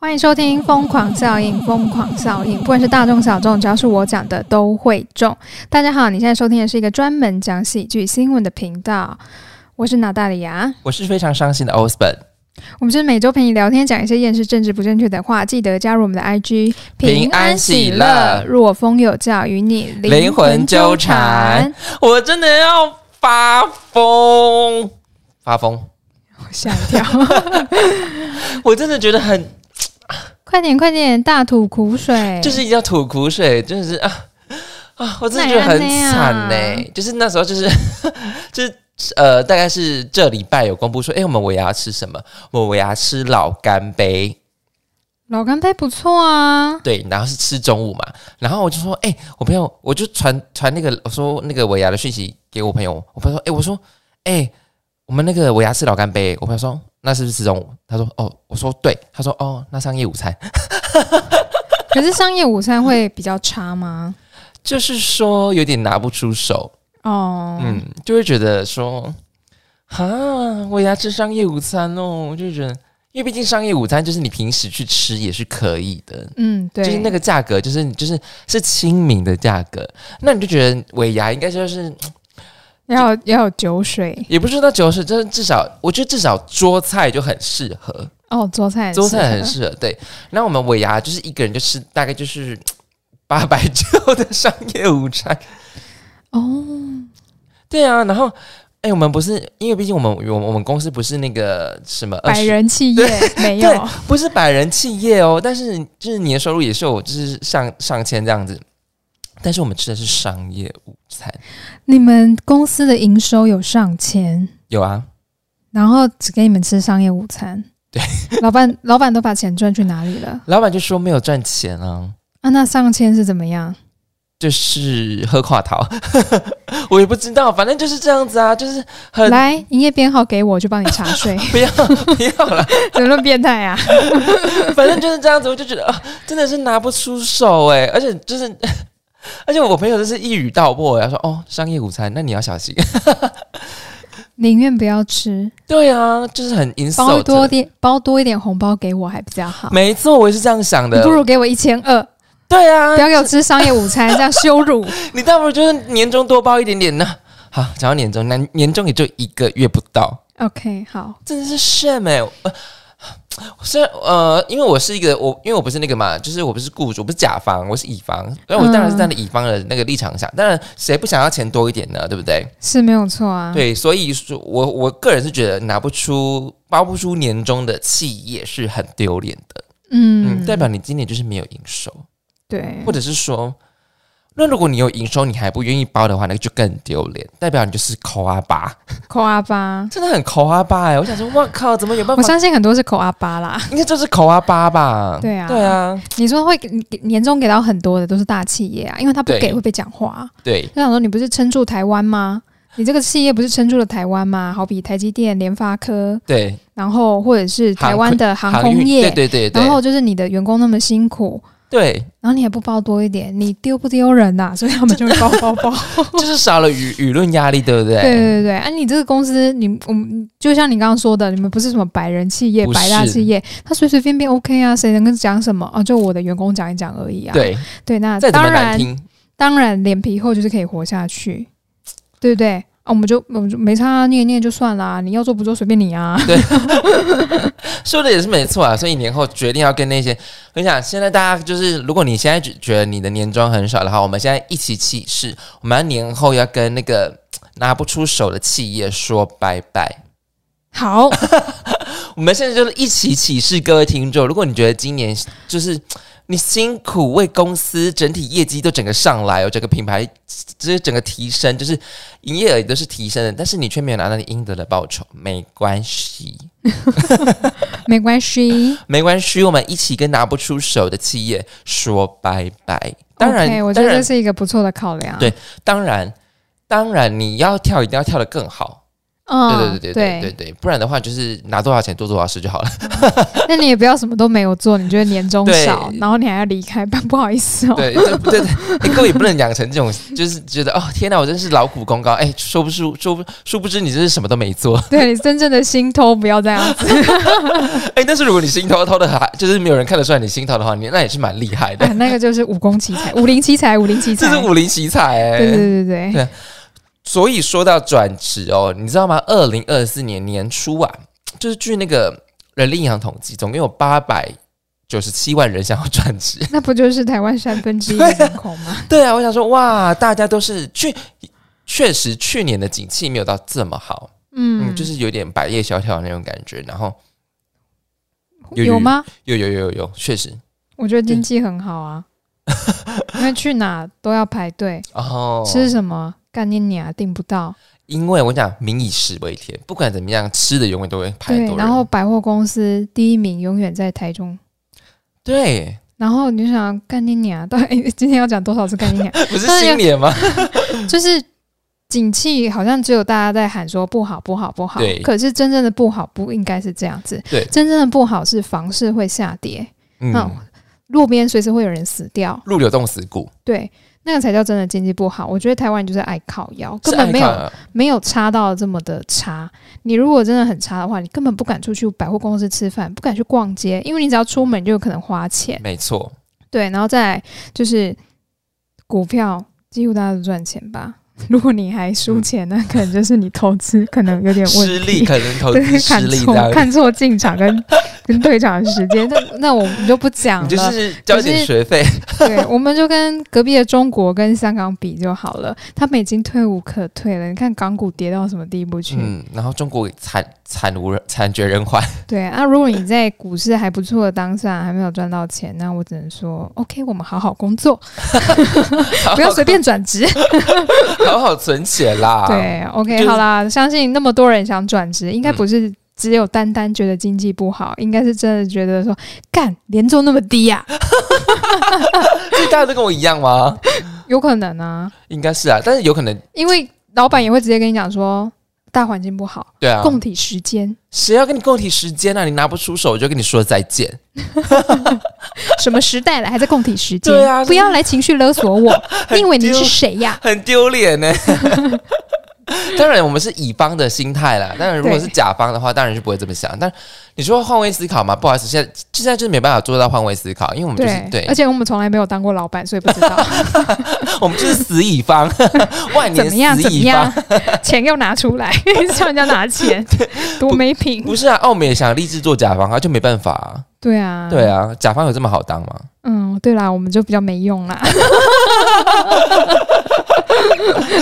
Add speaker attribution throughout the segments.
Speaker 1: 欢迎收听《疯狂效应》，疯狂效应，不管是大众小众，只要是我讲的都会中。大家好，你现在收听的是一个专门讲喜剧新闻的频道，我是娜大里亚。
Speaker 2: 我是非常伤心的 Osborn，
Speaker 1: 我们是每周陪你聊天，讲一些厌世、政治不正确的话。记得加入我们的 IG，
Speaker 2: 平安喜乐
Speaker 1: 若风有教，与你
Speaker 2: 灵魂纠缠。我真的要发疯，发疯！
Speaker 1: 我吓一跳，
Speaker 2: 我真的觉得很，
Speaker 1: 快点快点，大吐苦水。
Speaker 2: 就是一定要吐苦水，真的是啊啊！我真的
Speaker 1: 哪
Speaker 2: 觉得很
Speaker 1: 能那样
Speaker 2: 惨呢、就是那时候，就是 就是呃，大概是这礼拜有公布说，哎、我们尾牙吃什么？我们尾牙吃老干杯，
Speaker 1: 老干杯不错啊，
Speaker 2: 对，然后是吃中午嘛。然后我就说，哎、我朋友，我就传传那个我说那个尾牙的讯息给我朋友，我朋友说，哎、我说，哎、我们那个尾牙吃老干杯，我朋友说那是不是吃中午？他说哦，我说对，他说哦，那商业午餐，
Speaker 1: 可是商业午餐会比较差吗？
Speaker 2: 就是说有点拿不出手，
Speaker 1: 哦，
Speaker 2: 嗯，就会觉得说，哈，尾牙吃商业午餐哦，就觉得，因为毕竟商业午餐就是你平时去吃也是可以的，
Speaker 1: 嗯，对，
Speaker 2: 就是那个价格，就是就是是亲民的价格，那你就觉得尾牙应该就是
Speaker 1: 要有要有酒水
Speaker 2: 也不是到九十，就是至少我觉得至少桌菜就很适合，
Speaker 1: 哦，做菜
Speaker 2: 桌菜很
Speaker 1: 适
Speaker 2: 适合。对，那我们尾牙就是一个人就吃大概就是八百九的商业午餐。
Speaker 1: 合哦，
Speaker 2: 对啊，然后哎、我们不是因为毕竟我们我们我们公司不是那个什么
Speaker 1: 百
Speaker 2: 20
Speaker 1: 人企业 没有
Speaker 2: 呃对不是百人企业哦，但是就是你的收入也是有就是上上千这样子，但是我们吃的是商业午餐，
Speaker 1: 你们公司的营收有上千，
Speaker 2: 有啊，
Speaker 1: 然后只给你们吃商业午 餐，对，老板老板都把钱赚去哪里了？
Speaker 2: 老板就说没有赚钱啊。
Speaker 1: 啊，那上千是怎么样？
Speaker 2: 就是喝垮桃， 我也不知道，反正就是这样子啊，就是很
Speaker 1: 来，营业编号给我，我就帮你 查税，
Speaker 2: 不要不要了，
Speaker 1: 怎么那么变态啊？
Speaker 2: 反正就是这样子，我就觉得啊，真的是拿不出手哎、而且就是。而且我朋友就是一语道破，他说：“哦，商业午餐，那你要小心。
Speaker 1: 宁愿不要吃，”
Speaker 2: 对啊，就是很 insult。
Speaker 1: 包多点包多一点红包给我还比较好，
Speaker 2: 没错，我也是这样想
Speaker 1: 你
Speaker 2: 的
Speaker 1: 不。如给我一千二，
Speaker 2: 对啊
Speaker 1: 不，要给我吃商业午餐，这样羞辱。
Speaker 2: 你倒不如就是年终多包一点点呢。好，讲到年终，那年终也就一个月不到，
Speaker 1: OK，好，
Speaker 2: 真的是 shame 哎、呃虽然呃，因为我是一个我，因为我不是那个嘛，就是我不是雇主，我不是甲方，我是乙方，那我当然是站在乙方的那个立场想，当然谁不想要钱多一点呢，对不对？
Speaker 1: 是没有错啊。
Speaker 2: 对，所以说我我个人是觉得拿不出包不出年终的企业是很丢脸的，
Speaker 1: 嗯，
Speaker 2: 嗯，代表你今年就是没有营收，
Speaker 1: 对，
Speaker 2: 或者是说，那如果你有营收你还不愿意包的话，那就更丢脸，代表你就是抠阿巴，
Speaker 1: 口阿巴，
Speaker 2: 真的很抠阿巴哎、我想说，哇靠，怎么有办
Speaker 1: 我
Speaker 2: 法
Speaker 1: 相信很多是口阿巴啦。
Speaker 2: 应该就是口阿巴吧？
Speaker 1: 对啊
Speaker 2: 对啊，
Speaker 1: 你说会给给年终给到很多的都是大企业啊，因为他不
Speaker 2: 对
Speaker 1: 给会被讲话。
Speaker 2: 对
Speaker 1: 就想说你不是撑住台湾吗？你这个企业不是撑住了台湾吗？好比台积电、联发科，
Speaker 2: 对，
Speaker 1: 然后或者是台湾的航空
Speaker 2: 运
Speaker 1: 业，
Speaker 2: 对对对
Speaker 1: 然
Speaker 2: 对
Speaker 1: 后就是你的员工那么辛苦，
Speaker 2: 对，
Speaker 1: 然后你还不包多一点，你丢不丢人呐、所以他们就会包包包。
Speaker 2: 就是少了舆舆论压力，对不对？
Speaker 1: 对对对，啊，你这个公司，你我们就像你刚刚说的，你们不是什么百人企业、
Speaker 2: 不是
Speaker 1: 百大企业，他随随便便 OK 啊，谁能跟讲什么啊？就我的员工讲一讲而已啊。
Speaker 2: 对
Speaker 1: 对，那
Speaker 2: 再怎么
Speaker 1: 当
Speaker 2: 难
Speaker 1: 然，
Speaker 2: 听，
Speaker 1: 当然脸皮厚就是可以活下去，对不对？啊，我们就我们就没差、啊，念一念就算啦，你要做不做随便你啊。
Speaker 2: 说的也是没错啊。所以年后决定要跟那些，我想现在大家就是，如果你现在觉觉得你的年终很少的话，我们现在一起起誓，我们要年后要跟那个。拿不出手的企业说拜拜。
Speaker 1: 好，
Speaker 2: 我们现在就是一起起誓，各位听众，如果你觉得今年就是你辛苦为公司整体业绩都整个上来哦，整个品牌就是整个提升，就是营业额也都是提升的，但是你却没有拿到你应得的报酬，没关系，
Speaker 1: 没关系。
Speaker 2: 没关系，我们一起跟拿不出手的企业说拜拜。 当然
Speaker 1: OK，我觉
Speaker 2: 当
Speaker 1: 得这
Speaker 2: 然，
Speaker 1: 是一个不错的考量。
Speaker 2: 对当然，当然，你要跳一定要跳得更好。
Speaker 1: 嗯，
Speaker 2: 对对对对对对对，不然的话就是拿多少钱做多少事就好了。
Speaker 1: 对那你也不要什么都没有做，你觉得年终
Speaker 2: 对
Speaker 1: 少，然后你还要离开，不不好意思哦。
Speaker 2: 对对对对，哎各位也不能养成这种，就是觉得哦天哪，我真是劳苦功高。哎，说不出说不殊不知你真是什么都没做。
Speaker 1: 对你真正的心偷不要这样子，
Speaker 2: 哎，但是如果你心掏掏的还就是没有人看得出来你心掏的话，你那也是蛮 厉害的
Speaker 1: 哎，那个就是武功奇才，武林奇才，武林奇
Speaker 2: 这
Speaker 1: 才。
Speaker 2: 是武林奇才哎、
Speaker 1: 对对对 对，
Speaker 2: 所以说到转职哦，你知道吗？二零二四年年初啊，就是据那个人力银行统计，总共有八百九十七万人想要转职。
Speaker 1: 那不就是台湾三分之一的人口吗？
Speaker 2: 对啊，我想说，哇，大家都是去，确实去年的景气没有到这么好，嗯，
Speaker 1: 嗯，
Speaker 2: 就是有点百业萧条那种感觉。然后有
Speaker 1: 有吗？
Speaker 2: 有有有有有，确实，
Speaker 1: 我觉得经济很好 啊，因为去哪都要排队，
Speaker 2: 哦，
Speaker 1: 吃什么干你娘订不到。
Speaker 2: 因为我讲民以食为天，不管怎么样，吃的永远都会排很
Speaker 1: 对，
Speaker 2: 多人。
Speaker 1: 然后百货公司第一名永远在台中。
Speaker 2: 对，
Speaker 1: 然后你就想干你娘，到底 今天要讲多少次干你娘？
Speaker 2: 不是新年吗？
Speaker 1: 就是景气好像只有大家在喊说不好不好不好
Speaker 2: 对，
Speaker 1: 可是真正的不好不应该是这样子。
Speaker 2: 对
Speaker 1: 真正的不好是房市会下跌，
Speaker 2: 嗯
Speaker 1: 嗯，路边随时会有人死掉，
Speaker 2: 入流冻死骨，
Speaker 1: 对，那个才叫真的经济不好。我觉得台湾人就是爱靠腰，根
Speaker 2: 是
Speaker 1: 本
Speaker 2: 爱
Speaker 1: 没有
Speaker 2: 看啊
Speaker 1: 没有差到这么的差。你如果真的很差的话，你根本不敢出去百货公司吃饭，不敢去逛街，因为你只要出门你就有可能花钱。
Speaker 2: 没错，
Speaker 1: 对，然后再来就是股票，几乎大家都赚钱吧。如果你还输钱，那可能就是你投资可能有点问题，
Speaker 2: 嗯失 利可能投
Speaker 1: 对
Speaker 2: 资
Speaker 1: 看
Speaker 2: 失利这
Speaker 1: 错
Speaker 2: 样。
Speaker 1: 看错进场 跟跟退场的时间。那那我们就不讲
Speaker 2: 你
Speaker 1: 了，
Speaker 2: 就是交一点学费，
Speaker 1: 对，我们就跟隔壁的中国跟香港比就好了，他们已经退无可退了。你看港股跌到什么地步去？
Speaker 2: 嗯，然后中国惨惨无人惨绝人寰，
Speaker 1: 对啊，如果你在股市还不错的当下还没有赚到钱，那我只能说，OK，我们好好工 作，不要随便转职。
Speaker 2: 好好存钱啦。，
Speaker 1: 对，OK，、
Speaker 2: 啊就是嗯
Speaker 1: 好啦，相信那么多人想转职，应该不是只有单单觉得经济不好，应该是真的觉得说，干年终那么低啊 呀、
Speaker 2: 所以大家都跟我一样吗？
Speaker 1: 有可能啊，
Speaker 2: 应该是啊，但是有可能
Speaker 1: 因为老板也会直接跟你讲说，大环境不好，
Speaker 2: 对啊，
Speaker 1: 供体时间，
Speaker 2: 谁要跟你共体时间啊？你拿不出手，我就跟你说再见。
Speaker 1: 什么时代了，还在供体时间，
Speaker 2: 对啊
Speaker 1: 不要来情绪勒索 我，你以为你
Speaker 2: 丢
Speaker 1: 是谁呀、
Speaker 2: 很丢脸呢。当然，我们是乙方的心态啦。当然，如果是甲方的话，当然是不会这么想。但你说换位思考嘛，不好意思，现在现在就是没办法做到换位思考，因为我们 就是
Speaker 1: 对，
Speaker 2: 对
Speaker 1: 而，且我们从来没有当过老板，所以不知道
Speaker 2: 我们就是死乙方， 万
Speaker 1: 怎 么
Speaker 2: 年
Speaker 1: 样
Speaker 2: 死
Speaker 1: 怎么
Speaker 2: 乙
Speaker 1: 样
Speaker 2: 方。，
Speaker 1: 钱又拿出来，叫人家拿 钱，多没品。
Speaker 2: 不是啊，澳门也想立志做甲方啊，就没办法、啊。
Speaker 1: 对啊，
Speaker 2: 对啊，甲方有这么好当吗？
Speaker 1: 嗯，对啦，我们就比较没用 啦。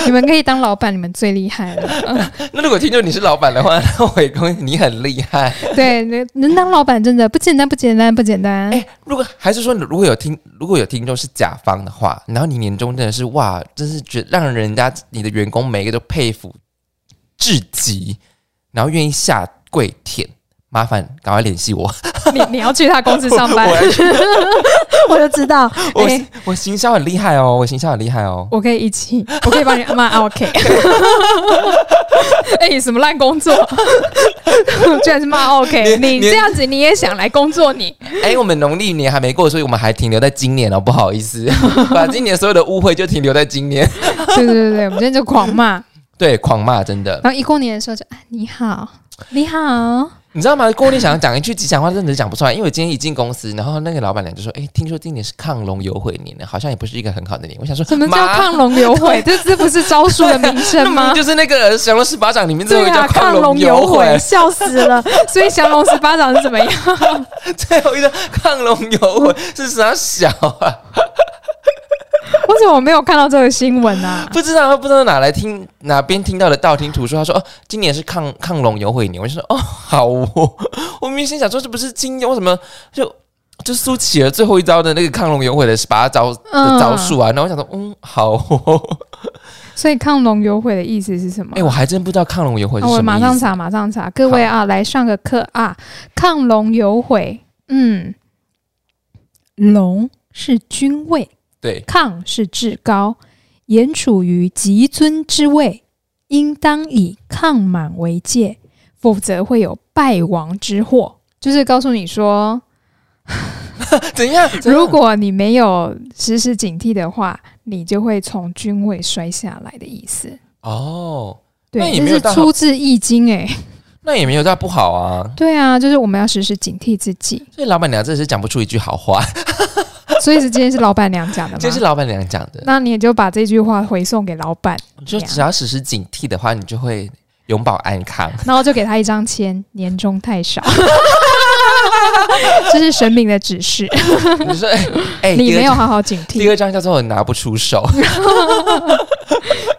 Speaker 1: 你们可以当老板，你们最厉害了。
Speaker 2: 那如果听众你是老板的话，那伟公你很厉害。
Speaker 1: 对，能能当老板真的不简单，不简单，不简单。
Speaker 2: 哎、如果还是说，如果有听，如果有听众是甲方的话，然后你年终真的是哇，真是觉让人家你的员工每一个都佩服至极，然后愿意下跪舔，麻烦赶快联系我，
Speaker 1: 你你要去他公司上
Speaker 2: 我
Speaker 1: 班，
Speaker 2: 来去
Speaker 1: 我就知道。
Speaker 2: 我、
Speaker 1: 哎，
Speaker 2: 我行销很厉害哦，我行销很厉害哦。
Speaker 1: 我可以一起，我可以帮你骂 OK。哎，什么烂工作？居然是骂 OK！
Speaker 2: 你
Speaker 1: 你
Speaker 2: 你
Speaker 1: 这样子你也想来工作你？
Speaker 2: 哎、我们农历年还没过，所以我们还停留在今年哦，不好意思， 把今年所有的误会就停留在今年。
Speaker 1: 对对对对，我们今天就狂骂，
Speaker 2: 对，狂骂真的，
Speaker 1: 然后一过年的时候就啊你好，你好。
Speaker 2: 你知道吗？过年想要讲一句吉祥话，真的讲不出来。因为我今天一进公司，然后那个老板娘就说：“哎、听说今年是亢龙有悔年呢，好像也不是一个很好的年。”我想说，
Speaker 1: 什么叫
Speaker 2: 妈
Speaker 1: 亢龙有悔？这这不是招数的名
Speaker 2: 那
Speaker 1: 称
Speaker 2: 明明
Speaker 1: 吗？
Speaker 2: 就是那个《降龙十八掌》里面这
Speaker 1: 对
Speaker 2: 个叫
Speaker 1: 啊，亢
Speaker 2: 龙
Speaker 1: 龙有
Speaker 2: 悔
Speaker 1: 悔，，笑死了。所以降龙十八掌是怎么样？
Speaker 2: 最后一个啊亢龙有悔是啥小啊？
Speaker 1: 为什么我没有看到这个新闻啊？
Speaker 2: 不知道不知道哪来听哪边听到的道听途说，他说哦，今年是亢亢龙有悔年，我就说哦，好哦， 我明明心想说这不是今年为什么就就苏乞儿最后一招的那个亢龙有悔的十八招的
Speaker 1: 嗯
Speaker 2: 招数啊，然后我想说嗯，好、 哦。
Speaker 1: 所以亢龙有悔的意思是什么
Speaker 2: 哎、？我还真不知道亢龙有悔是
Speaker 1: 啊
Speaker 2: 什么、
Speaker 1: 我马
Speaker 2: 意思
Speaker 1: 上查，马上查。各位啊，来上个课啊，亢龙有悔。嗯，龙是君位，
Speaker 2: 对，
Speaker 1: 亢是至高，言处于极尊之位，应当以抗满为戒，否则会有败亡之祸。就是告诉你说，
Speaker 2: 怎样？怎样
Speaker 1: 如果你没有时时警惕的话，你就会从军位摔下来的意思。
Speaker 2: 哦，那
Speaker 1: 对，
Speaker 2: 也
Speaker 1: 这
Speaker 2: 没有
Speaker 1: 是
Speaker 2: 到
Speaker 1: 出自《易经》哎，
Speaker 2: 那也没有大不好啊。
Speaker 1: 对啊，就是我们要时时警惕自己。
Speaker 2: 所以老板娘真的是讲不出一句好话，
Speaker 1: 所以是今天是老板娘讲的
Speaker 2: 这是
Speaker 1: 吗？
Speaker 2: 老板娘讲的。
Speaker 1: 啊那啊你也就把这句话回送给老板，
Speaker 2: 就只要时时警惕的话，你就会永保安 康。
Speaker 1: 然后就给他一张签，年终太少， 这是神明的指示，
Speaker 2: 你说，哎、哎
Speaker 1: 你
Speaker 2: 第二
Speaker 1: 没有好好警
Speaker 2: 第
Speaker 1: 惕，
Speaker 2: 二张叫做拿不出 手。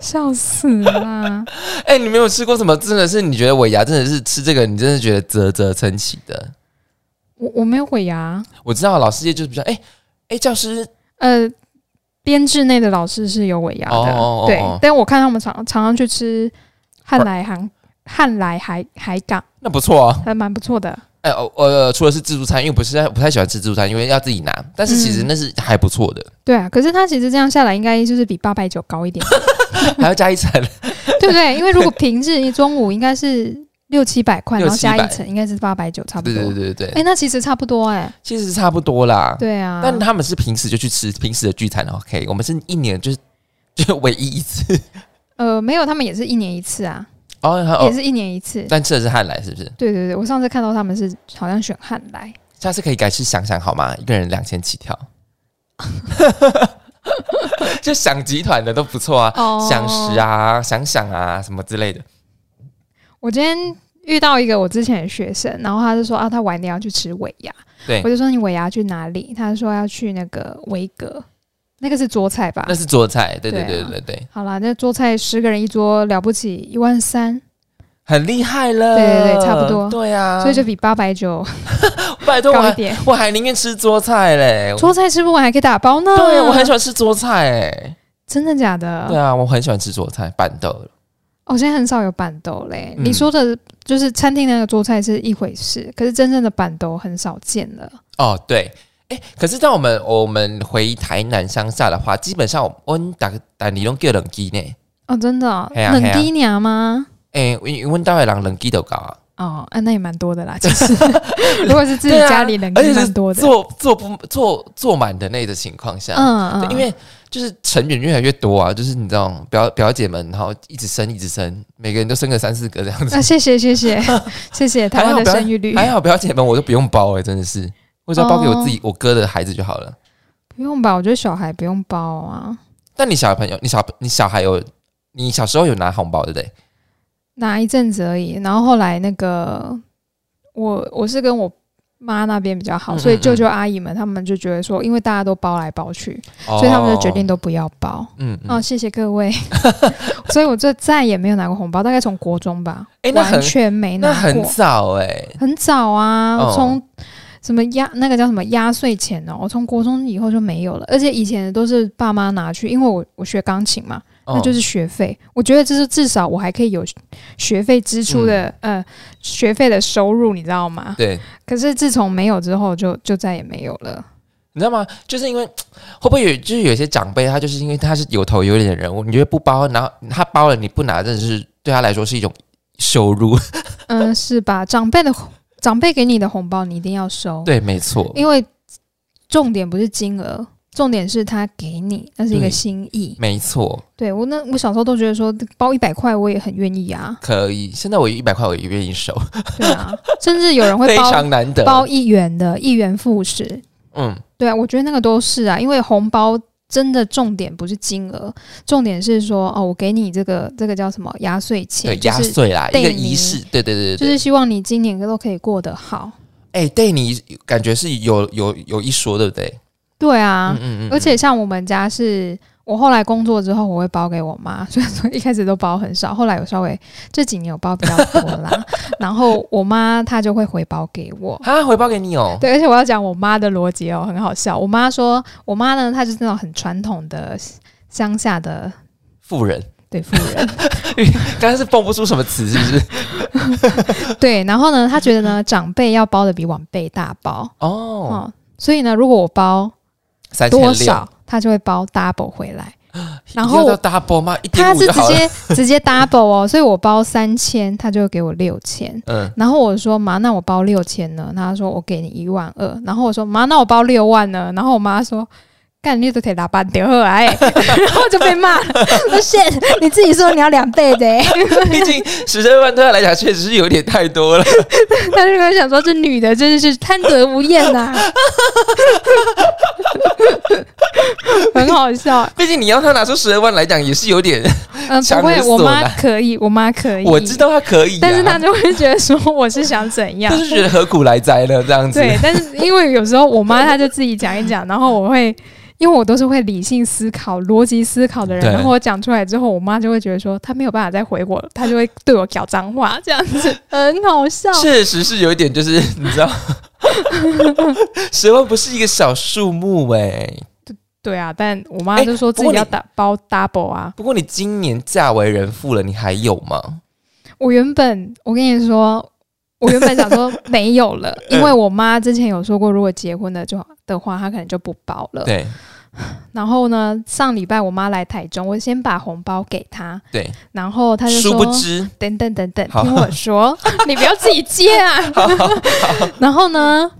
Speaker 1: 笑死啦！
Speaker 2: 哎、你没有吃过什么？真的是你觉得尾牙真的是吃这个，你真的觉得啧啧称奇的。
Speaker 1: 我我没有尾牙，
Speaker 2: 我知道老师界就是比较，哎、哎、教师
Speaker 1: 呃，编制内的老师是有尾牙的，
Speaker 2: 哦哦哦
Speaker 1: 对
Speaker 2: 哦，
Speaker 1: 但我看他们常常常去吃汉来航。汉来海海港
Speaker 2: 那不错啊。
Speaker 1: 还蛮不错的，
Speaker 2: 哎、哦呃，除了是自助餐，因为我不是不太喜欢吃自助餐，因为要自己拿。但是其实
Speaker 1: 嗯
Speaker 2: 那是还不错的，
Speaker 1: 对啊。可是他其实这样下来，应该就是比八百九高一 点，
Speaker 2: 还要 加一层。
Speaker 1: 对不对？因为如果平日一中午应该是六七百块，
Speaker 2: 六
Speaker 1: 然后加
Speaker 2: 七百
Speaker 1: 一层应该是八百九，差不
Speaker 2: 对
Speaker 1: 多。
Speaker 2: 对对对
Speaker 1: 哎、
Speaker 2: 对，
Speaker 1: 那其实差不多哎、
Speaker 2: 其实差不多啦。
Speaker 1: 对啊，
Speaker 2: 但他们是平时就去吃平时的聚餐，OK？我们是一年就是就唯一一次
Speaker 1: 呃没有，他们也是一年一次啊，
Speaker 2: 哦
Speaker 1: 也
Speaker 2: 哦，
Speaker 1: 是一年一次。
Speaker 2: 但吃的是汉来是不是？
Speaker 1: 对对对，我上次看到他们是好像选汉来，
Speaker 2: 下次可以改吃想想好吗？一个人两千起跳， 就想集团的都不错啊，
Speaker 1: 哦
Speaker 2: 想食。啊，想想啊什么之类的。
Speaker 1: 我今天遇到一个我之前的学生，然后他就说啊，他晚点要去吃尾牙，
Speaker 2: 对
Speaker 1: 我就说你尾牙去哪里？他就说要去那个维格，那个是桌菜吧
Speaker 2: 那？是做菜，对对
Speaker 1: 对
Speaker 2: 对
Speaker 1: 啊
Speaker 2: 对对，
Speaker 1: 好啦，那桌菜十个人一桌，了不起一万三，
Speaker 2: 很厉害了。
Speaker 1: 对对对差不多
Speaker 2: 对啊，
Speaker 1: 所以就比八百九
Speaker 2: 拜托我
Speaker 1: 高一
Speaker 2: 还，
Speaker 1: 点。
Speaker 2: 我还宁愿吃做菜嘞。
Speaker 1: 桌菜吃啊不完还可以打包呢。
Speaker 2: 对，啊我很喜欢吃做菜哎。
Speaker 1: 真的假的？
Speaker 2: 对啊，我很喜欢吃做菜，板豆
Speaker 1: 哦，现在很少有板豆嘞。
Speaker 2: 嗯
Speaker 1: 你说的就是餐厅那个桌菜是一回事，可是真正的板豆很少见了。
Speaker 2: 哦，对，哎，可是在我们我们回台南乡下的话，基本上我们打打你用叫冷机呢，
Speaker 1: 哦，真的、哦
Speaker 2: 嘿啊
Speaker 1: 冷
Speaker 2: 嘿啊
Speaker 1: 低娘吗？
Speaker 2: 哎，因为大海人冷机都高啊，
Speaker 1: 哦，啊，那也蛮多的啦。其实， 如果是自己家里冷
Speaker 2: 啊而
Speaker 1: 低
Speaker 2: 且是
Speaker 1: 蛮多的。
Speaker 2: 坐坐不坐坐满的那的情况下，
Speaker 1: 嗯
Speaker 2: 对
Speaker 1: 嗯，
Speaker 2: 因为就是成员越来越多啊，就是你知道表表姐们，然后一直生一直生，每个人都生个三四个这样子。
Speaker 1: 啊，谢谢谢 谢谢谢台湾的生育率，
Speaker 2: 还好表姐们我都不用包哎、真的是，我只要包给我
Speaker 1: 哦
Speaker 2: 自己、我哥的孩子就好了。
Speaker 1: 不用吧？我觉得小孩不用包啊，
Speaker 2: 但你小朋友，你小你小孩有，你小时候有拿红包对不对？
Speaker 1: 拿一阵子而已。然后后来那个，我我是跟我妈那边比较好，
Speaker 2: 嗯
Speaker 1: 所以
Speaker 2: 嗯嗯
Speaker 1: 舅舅阿姨们他们就觉得说，因为大家都包来包去，
Speaker 2: 哦
Speaker 1: 所以他们就决定，都不要包。
Speaker 2: 嗯，嗯
Speaker 1: 哦，谢谢各 位。所以我就再也没有拿过红包，大概从国中吧，
Speaker 2: 诶哎那
Speaker 1: 完
Speaker 2: 很
Speaker 1: 全没拿
Speaker 2: 那
Speaker 1: 过。
Speaker 2: 很早哎、
Speaker 1: 很早啊，
Speaker 2: 哦
Speaker 1: 我从什么压那个叫什么压岁钱哦，我从国中以后就没有了，而且以前都是爸妈拿去，因为我我学钢琴嘛，
Speaker 2: 哦
Speaker 1: 那就是是学费。我觉得这是至少我还可以有学费支出的、
Speaker 2: 嗯
Speaker 1: 呃学费的收入，你知道吗？
Speaker 2: 对。
Speaker 1: 可是自从没有之后就，就再也没有了。
Speaker 2: 你知道吗？就是因为会不会有，就是有一些长辈，他就是因为他是有头有脸的人物，你觉得不包，然后他包了你不拿，真的是对他来说是一种羞辱。
Speaker 1: 嗯、是吧？长辈的长辈给你的红包，你一定要收。
Speaker 2: 对，没错，
Speaker 1: 因为重点不是金额，重点是他给你，那是一个
Speaker 2: 对
Speaker 1: 心意。
Speaker 2: 没错，
Speaker 1: 对我那我小时候都觉得说包一百块我也很愿意啊，
Speaker 2: 可以。现在我一百块我也愿意收，
Speaker 1: 对啊， 甚至有人会
Speaker 2: 非
Speaker 1: 包
Speaker 2: 常难得。
Speaker 1: 包一元的，一元复始，
Speaker 2: 嗯，
Speaker 1: 对啊，我觉得那个都是啊，因为红包。真的重点不是金额，重点是说哦，我给你这个这个叫什么压岁
Speaker 2: 对
Speaker 1: 钱，，就
Speaker 2: 压
Speaker 1: 是
Speaker 2: 岁啦，一个
Speaker 1: 对
Speaker 2: 仪
Speaker 1: 你
Speaker 2: 式，对对对
Speaker 1: 就
Speaker 2: 对对。
Speaker 1: 是希望你今年都可以过得好。
Speaker 2: 哎，对你感觉是有有有一说，对不对？
Speaker 1: 对啊，
Speaker 2: 嗯嗯嗯。
Speaker 1: 而且像我们家是我后来工作之后，我会包给我妈， 虽然说一开始都包很少，后来有稍微这几年有包比较多 啦。然后我妈她就会回包给我。
Speaker 2: 啊，回报给你哦。
Speaker 1: 对，而且我要讲我妈的逻辑哦，很好笑。我妈说，我妈呢，她就是那种很传统的乡下的
Speaker 2: 富人，
Speaker 1: 对妇 人，
Speaker 2: 刚才是蹦不出什么词，是不 是？
Speaker 1: 对。然后呢，她觉得呢，长辈要包的比晚辈大包
Speaker 2: 哦，
Speaker 1: 哦、所以呢，如果我包
Speaker 2: 三千
Speaker 1: 多
Speaker 2: 六
Speaker 1: 少，她就会包 double 回来。然后
Speaker 2: 要到 double 吗？一点
Speaker 1: 他
Speaker 2: 五
Speaker 1: 是
Speaker 2: 就
Speaker 1: 直
Speaker 2: 好了。
Speaker 1: 接直接 double 哦，所以我包三千，他就给我六千。
Speaker 2: 嗯，
Speaker 1: 然后我说妈，那我包六千呢？他说我给你一万二。然后我说妈，那我包六万呢？然后我妈说。干你都得打半点二哎， 然后就被 骂了。我说 shit，你自己说你要两倍的、欸，
Speaker 2: 毕竟十三万对他来讲确实是有点太 多了。
Speaker 1: 他就跟我想说这女的真的是贪得无厌呐、 很好笑。
Speaker 2: 毕竟你要他拿出十二万来讲，也是有点。
Speaker 1: 嗯、不
Speaker 2: 强
Speaker 1: 会，
Speaker 2: 人所
Speaker 1: 我妈
Speaker 2: 难
Speaker 1: 可以，我妈可以，
Speaker 2: 我知道他可以、啊，
Speaker 1: 但是他就会觉得说我是想怎样
Speaker 2: 但，是觉得何苦来哉呢？这样子，
Speaker 1: 对，但是因为有时候我妈她就自己讲一讲，然后我会，因为我都是会理性思考、逻辑思考的人，
Speaker 2: 对
Speaker 1: 然后我讲出来之后，我妈就会觉得说她没有办法再回我，她就会对我讲脏话，这样 子很好笑。
Speaker 2: 确实是有一点，就是你 知道，十万不是一个小数目哎、
Speaker 1: 对啊，但我妈
Speaker 2: 哎
Speaker 1: 就说自
Speaker 2: 不过
Speaker 1: 己
Speaker 2: 你
Speaker 1: 要打包 double 啊。
Speaker 2: 不过你今年嫁为人妇了，你还有吗？
Speaker 1: 我原本我跟你说，我原本想 说没有了，
Speaker 2: 嗯
Speaker 1: 因为我妈之前有说过，如果结婚了就的话，她可能就不包了。
Speaker 2: 对
Speaker 1: 然后呢，上礼拜我妈来台中，我先把红包给她，
Speaker 2: 对，
Speaker 1: 然后她就
Speaker 2: 殊
Speaker 1: 说
Speaker 2: 不 知，
Speaker 1: 等等等等，
Speaker 2: 好
Speaker 1: 听我 说，你不要自己接啊。然后呢，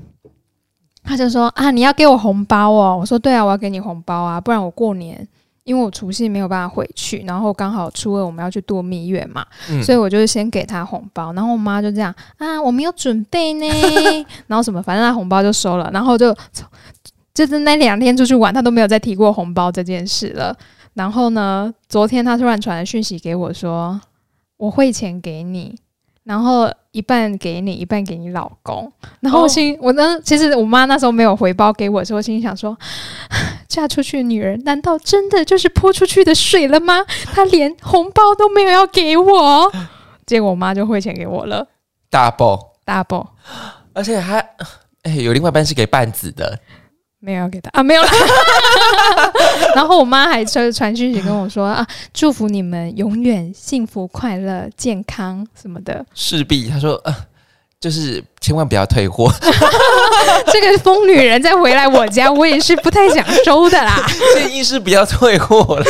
Speaker 1: 他就说啊，你要给我红包哦。我说对啊，我要给你红包啊，不然我过年。因为我除夕没有办法回去，然后刚好初二我们要去度蜜月嘛，
Speaker 2: 嗯
Speaker 1: 所以我就是先给他红包，然后我妈就这样啊，我没有准备呢， 然后什么，反正他红包就收了，然后就就是那两天出去玩，他都没有再提过红包这件事了。然后呢，昨天他突然传了讯息给我说，我汇钱给你，然后一半给你，一半给你老公。然后我心，我呢，其实我妈那时候没有回包给我，所以我心里想说， 嫁出去的女人难道真的就是泼出去的水了吗？她连红包都没有要给我，结果我妈就汇钱给我了
Speaker 2: 大爆，
Speaker 1: ，double
Speaker 2: 而且还哎、有另外一半是给半子的，
Speaker 1: 没有要给她啊，没有啦。 然后我妈还传传讯息跟我说啊，祝福你们永远幸福、快乐、健康什么的。
Speaker 2: 势必他说、呃，就是千万不要 退货，
Speaker 1: 这个疯女人再回来我家，我也是不太想收的啦。
Speaker 2: 建议是不要退货啦。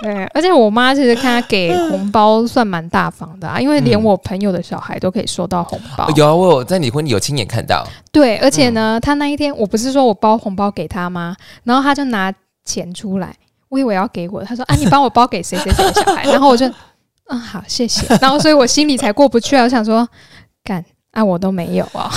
Speaker 1: 对，而且我妈其实看她给红包算蛮大方的啊，因为连
Speaker 2: 嗯
Speaker 1: 我朋友的小孩都可以收到红包。
Speaker 2: 有啊，我有在你婚礼有亲眼看到，
Speaker 1: 对，而
Speaker 2: 嗯
Speaker 1: 且呢，她那一天我不是说我包红包给她吗？然后她就拿钱出来，我以为要给我，她说啊，你帮我包给谁谁谁的小孩，然后我就嗯好谢谢，然后所以我心里才过不去啊，我想说干啊我都没有啊，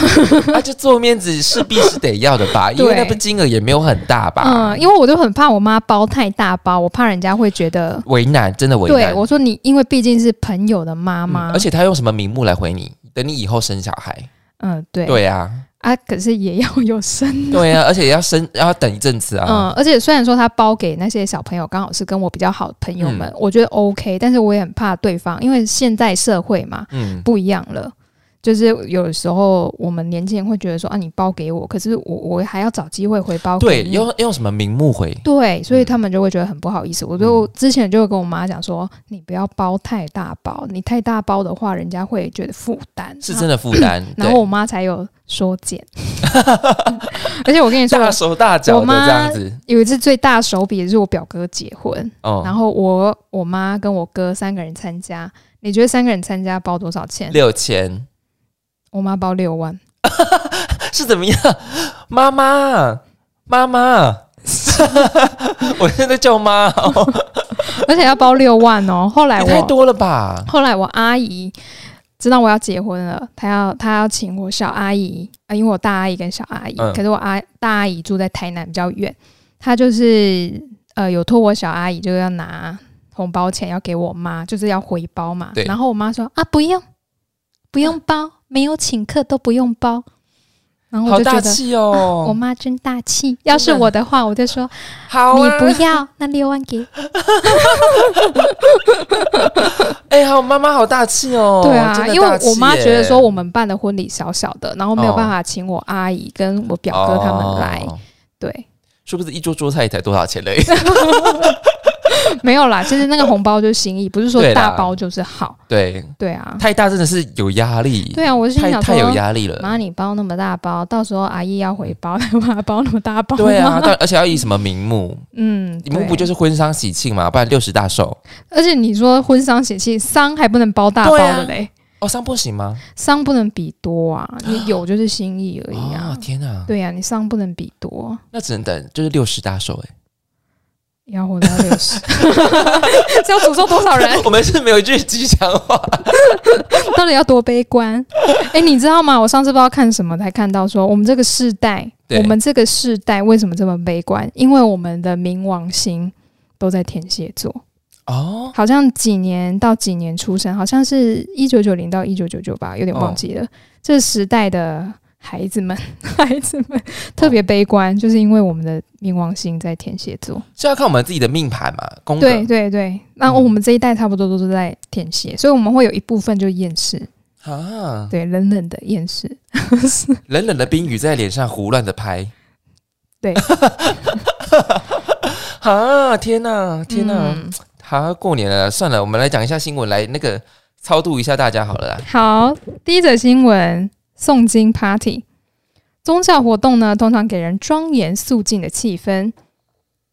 Speaker 2: 啊，就做面子势必是得要的吧，因为那
Speaker 1: 对
Speaker 2: 份金额也没有很大吧，
Speaker 1: 嗯，因为我就很怕我妈包太大包，我怕人家会觉得。
Speaker 2: 为难，真的为
Speaker 1: 对，
Speaker 2: 难。
Speaker 1: 我说你，因为毕竟是朋友的妈
Speaker 2: 嗯
Speaker 1: 妈，
Speaker 2: 而且他用什么名目来回你？等你以后生小孩，
Speaker 1: 嗯，对，
Speaker 2: 对啊，
Speaker 1: 啊，可是也要有生
Speaker 2: 对啊，而且要生要等一阵子啊。
Speaker 1: 嗯，而且虽然说他包给那些小朋友，刚好是跟我比较好的朋友们，
Speaker 2: 嗯
Speaker 1: 我觉得 OK，但是我也很怕对方，因为现在社会嘛
Speaker 2: 嗯，
Speaker 1: 不一样了。就是有时候我们年轻人会觉得说啊，你包给我，可是我我还要找机会回包给
Speaker 2: 对，嗯
Speaker 1: 你。
Speaker 2: 用用什么名目回？
Speaker 1: 对，所以他们就会觉得很不好意思。我就
Speaker 2: 嗯
Speaker 1: 之前就会跟我妈讲说，你不要包太大包，你太大包的话，人家会觉得负担。啊
Speaker 2: 是真的负担。
Speaker 1: 然后我妈才有缩减。 而且我跟你
Speaker 2: 对
Speaker 1: 说，
Speaker 2: 大手大脚
Speaker 1: 我
Speaker 2: 的
Speaker 1: 妈
Speaker 2: 这样子，
Speaker 1: 有一次最大手笔是我表哥结婚，
Speaker 2: 哦、
Speaker 1: 然后我我妈跟我哥三个人参加。你觉得三个人参加包多少钱？
Speaker 2: 六千
Speaker 1: 我妈包六万，
Speaker 2: 是怎么样？妈妈，妈妈， 我现在叫妈、哦，
Speaker 1: 而且要包六万 哦。后来
Speaker 2: 也
Speaker 1: 我
Speaker 2: 太多了吧？
Speaker 1: 后来我阿姨知道我要结婚了，她要她要请我小阿姨啊，因为我大阿姨跟小阿姨，
Speaker 2: 嗯
Speaker 1: 可是我阿大阿姨住在台南比较远，她就是呃有托我小阿姨就要拿红包钱要给我妈，就是要回包嘛
Speaker 2: 对。
Speaker 1: 然后我妈说啊不用不用包，没有请客都不用包。然后我
Speaker 2: 好
Speaker 1: 就
Speaker 2: 大
Speaker 1: 觉得。
Speaker 2: 气
Speaker 1: 啊我
Speaker 2: 哦！
Speaker 1: 妈真大气。要是我的话，我就说、
Speaker 2: 好、啊，
Speaker 1: 你不要，那六万给我
Speaker 2: 哎、好，妈妈好大气哦！
Speaker 1: 对啊
Speaker 2: 真，的
Speaker 1: 因为
Speaker 2: 大气
Speaker 1: 我妈
Speaker 2: 耶
Speaker 1: 觉得说我们办的婚礼小小的，然后没有办法请我阿姨跟我表哥他们来，
Speaker 2: 哦
Speaker 1: 对，
Speaker 2: 是不是一桌桌菜才多少钱嘞？
Speaker 1: 没有啦，其实那个红包就是心意，不是说
Speaker 2: 对啦
Speaker 1: 大包就是好。
Speaker 2: 对，
Speaker 1: 对啊，
Speaker 2: 太大真的是有压力，
Speaker 1: 对啊，我是心
Speaker 2: 太
Speaker 1: 想
Speaker 2: 太有
Speaker 1: 说，
Speaker 2: 压力了。
Speaker 1: 妈你包那么大包，到时候阿姨要回包， 要把它包那么大包。
Speaker 2: 对啊，，但而且要以什么名目？
Speaker 1: 嗯，？
Speaker 2: 名目不就是是婚丧喜庆嘛？不然六十大寿
Speaker 1: 而且你说婚丧喜庆，丧还不能包大包
Speaker 2: 对啊
Speaker 1: 的嘞，
Speaker 2: 哦，丧不行吗？
Speaker 1: 丧不能比多啊，你有就是心意而已啊
Speaker 2: 哦，。天哪，
Speaker 1: 对呀、你丧不能比多，
Speaker 2: 那只能等就是六十大寿哎。
Speaker 1: 也要活到六十， 这要诅咒多少 人？
Speaker 2: 我们是没有一句吉祥话，
Speaker 1: 到底要多悲观？哎、你知道吗？我上次不知道看什么才看到说，我们这个世代，
Speaker 2: 对
Speaker 1: 我们这个世代为什么这么悲观？因为我们的冥王星都在天蝎座，
Speaker 2: 哦，
Speaker 1: 好像几年到几年出生，好像是一九九零到一九九九吧，有
Speaker 2: 哦
Speaker 1: 点忘记了。这时代的孩子们， 孩子
Speaker 2: 哦
Speaker 1: 们特别悲观，就是因为我们的冥王星在天蝎座。
Speaker 2: 是要看我们自己的命盘嘛，宫格
Speaker 1: 对对对，那
Speaker 2: 嗯
Speaker 1: 我们这一代差不多都是在天蝎，所以我们会有一部分就厌世，
Speaker 2: 啊，
Speaker 1: 对，冷冷的厌世。
Speaker 2: 冷冷的冰雨在脸上胡乱的拍，
Speaker 1: 对，
Speaker 2: 啊，天哪，天哪，
Speaker 1: 嗯
Speaker 2: 啊，过年了，算了，我们来讲一下新闻，来那个超度一下大家好了啦。
Speaker 1: 好，第一则新闻：诵经 party。宗教活动呢，通常给人庄严肃静的气氛。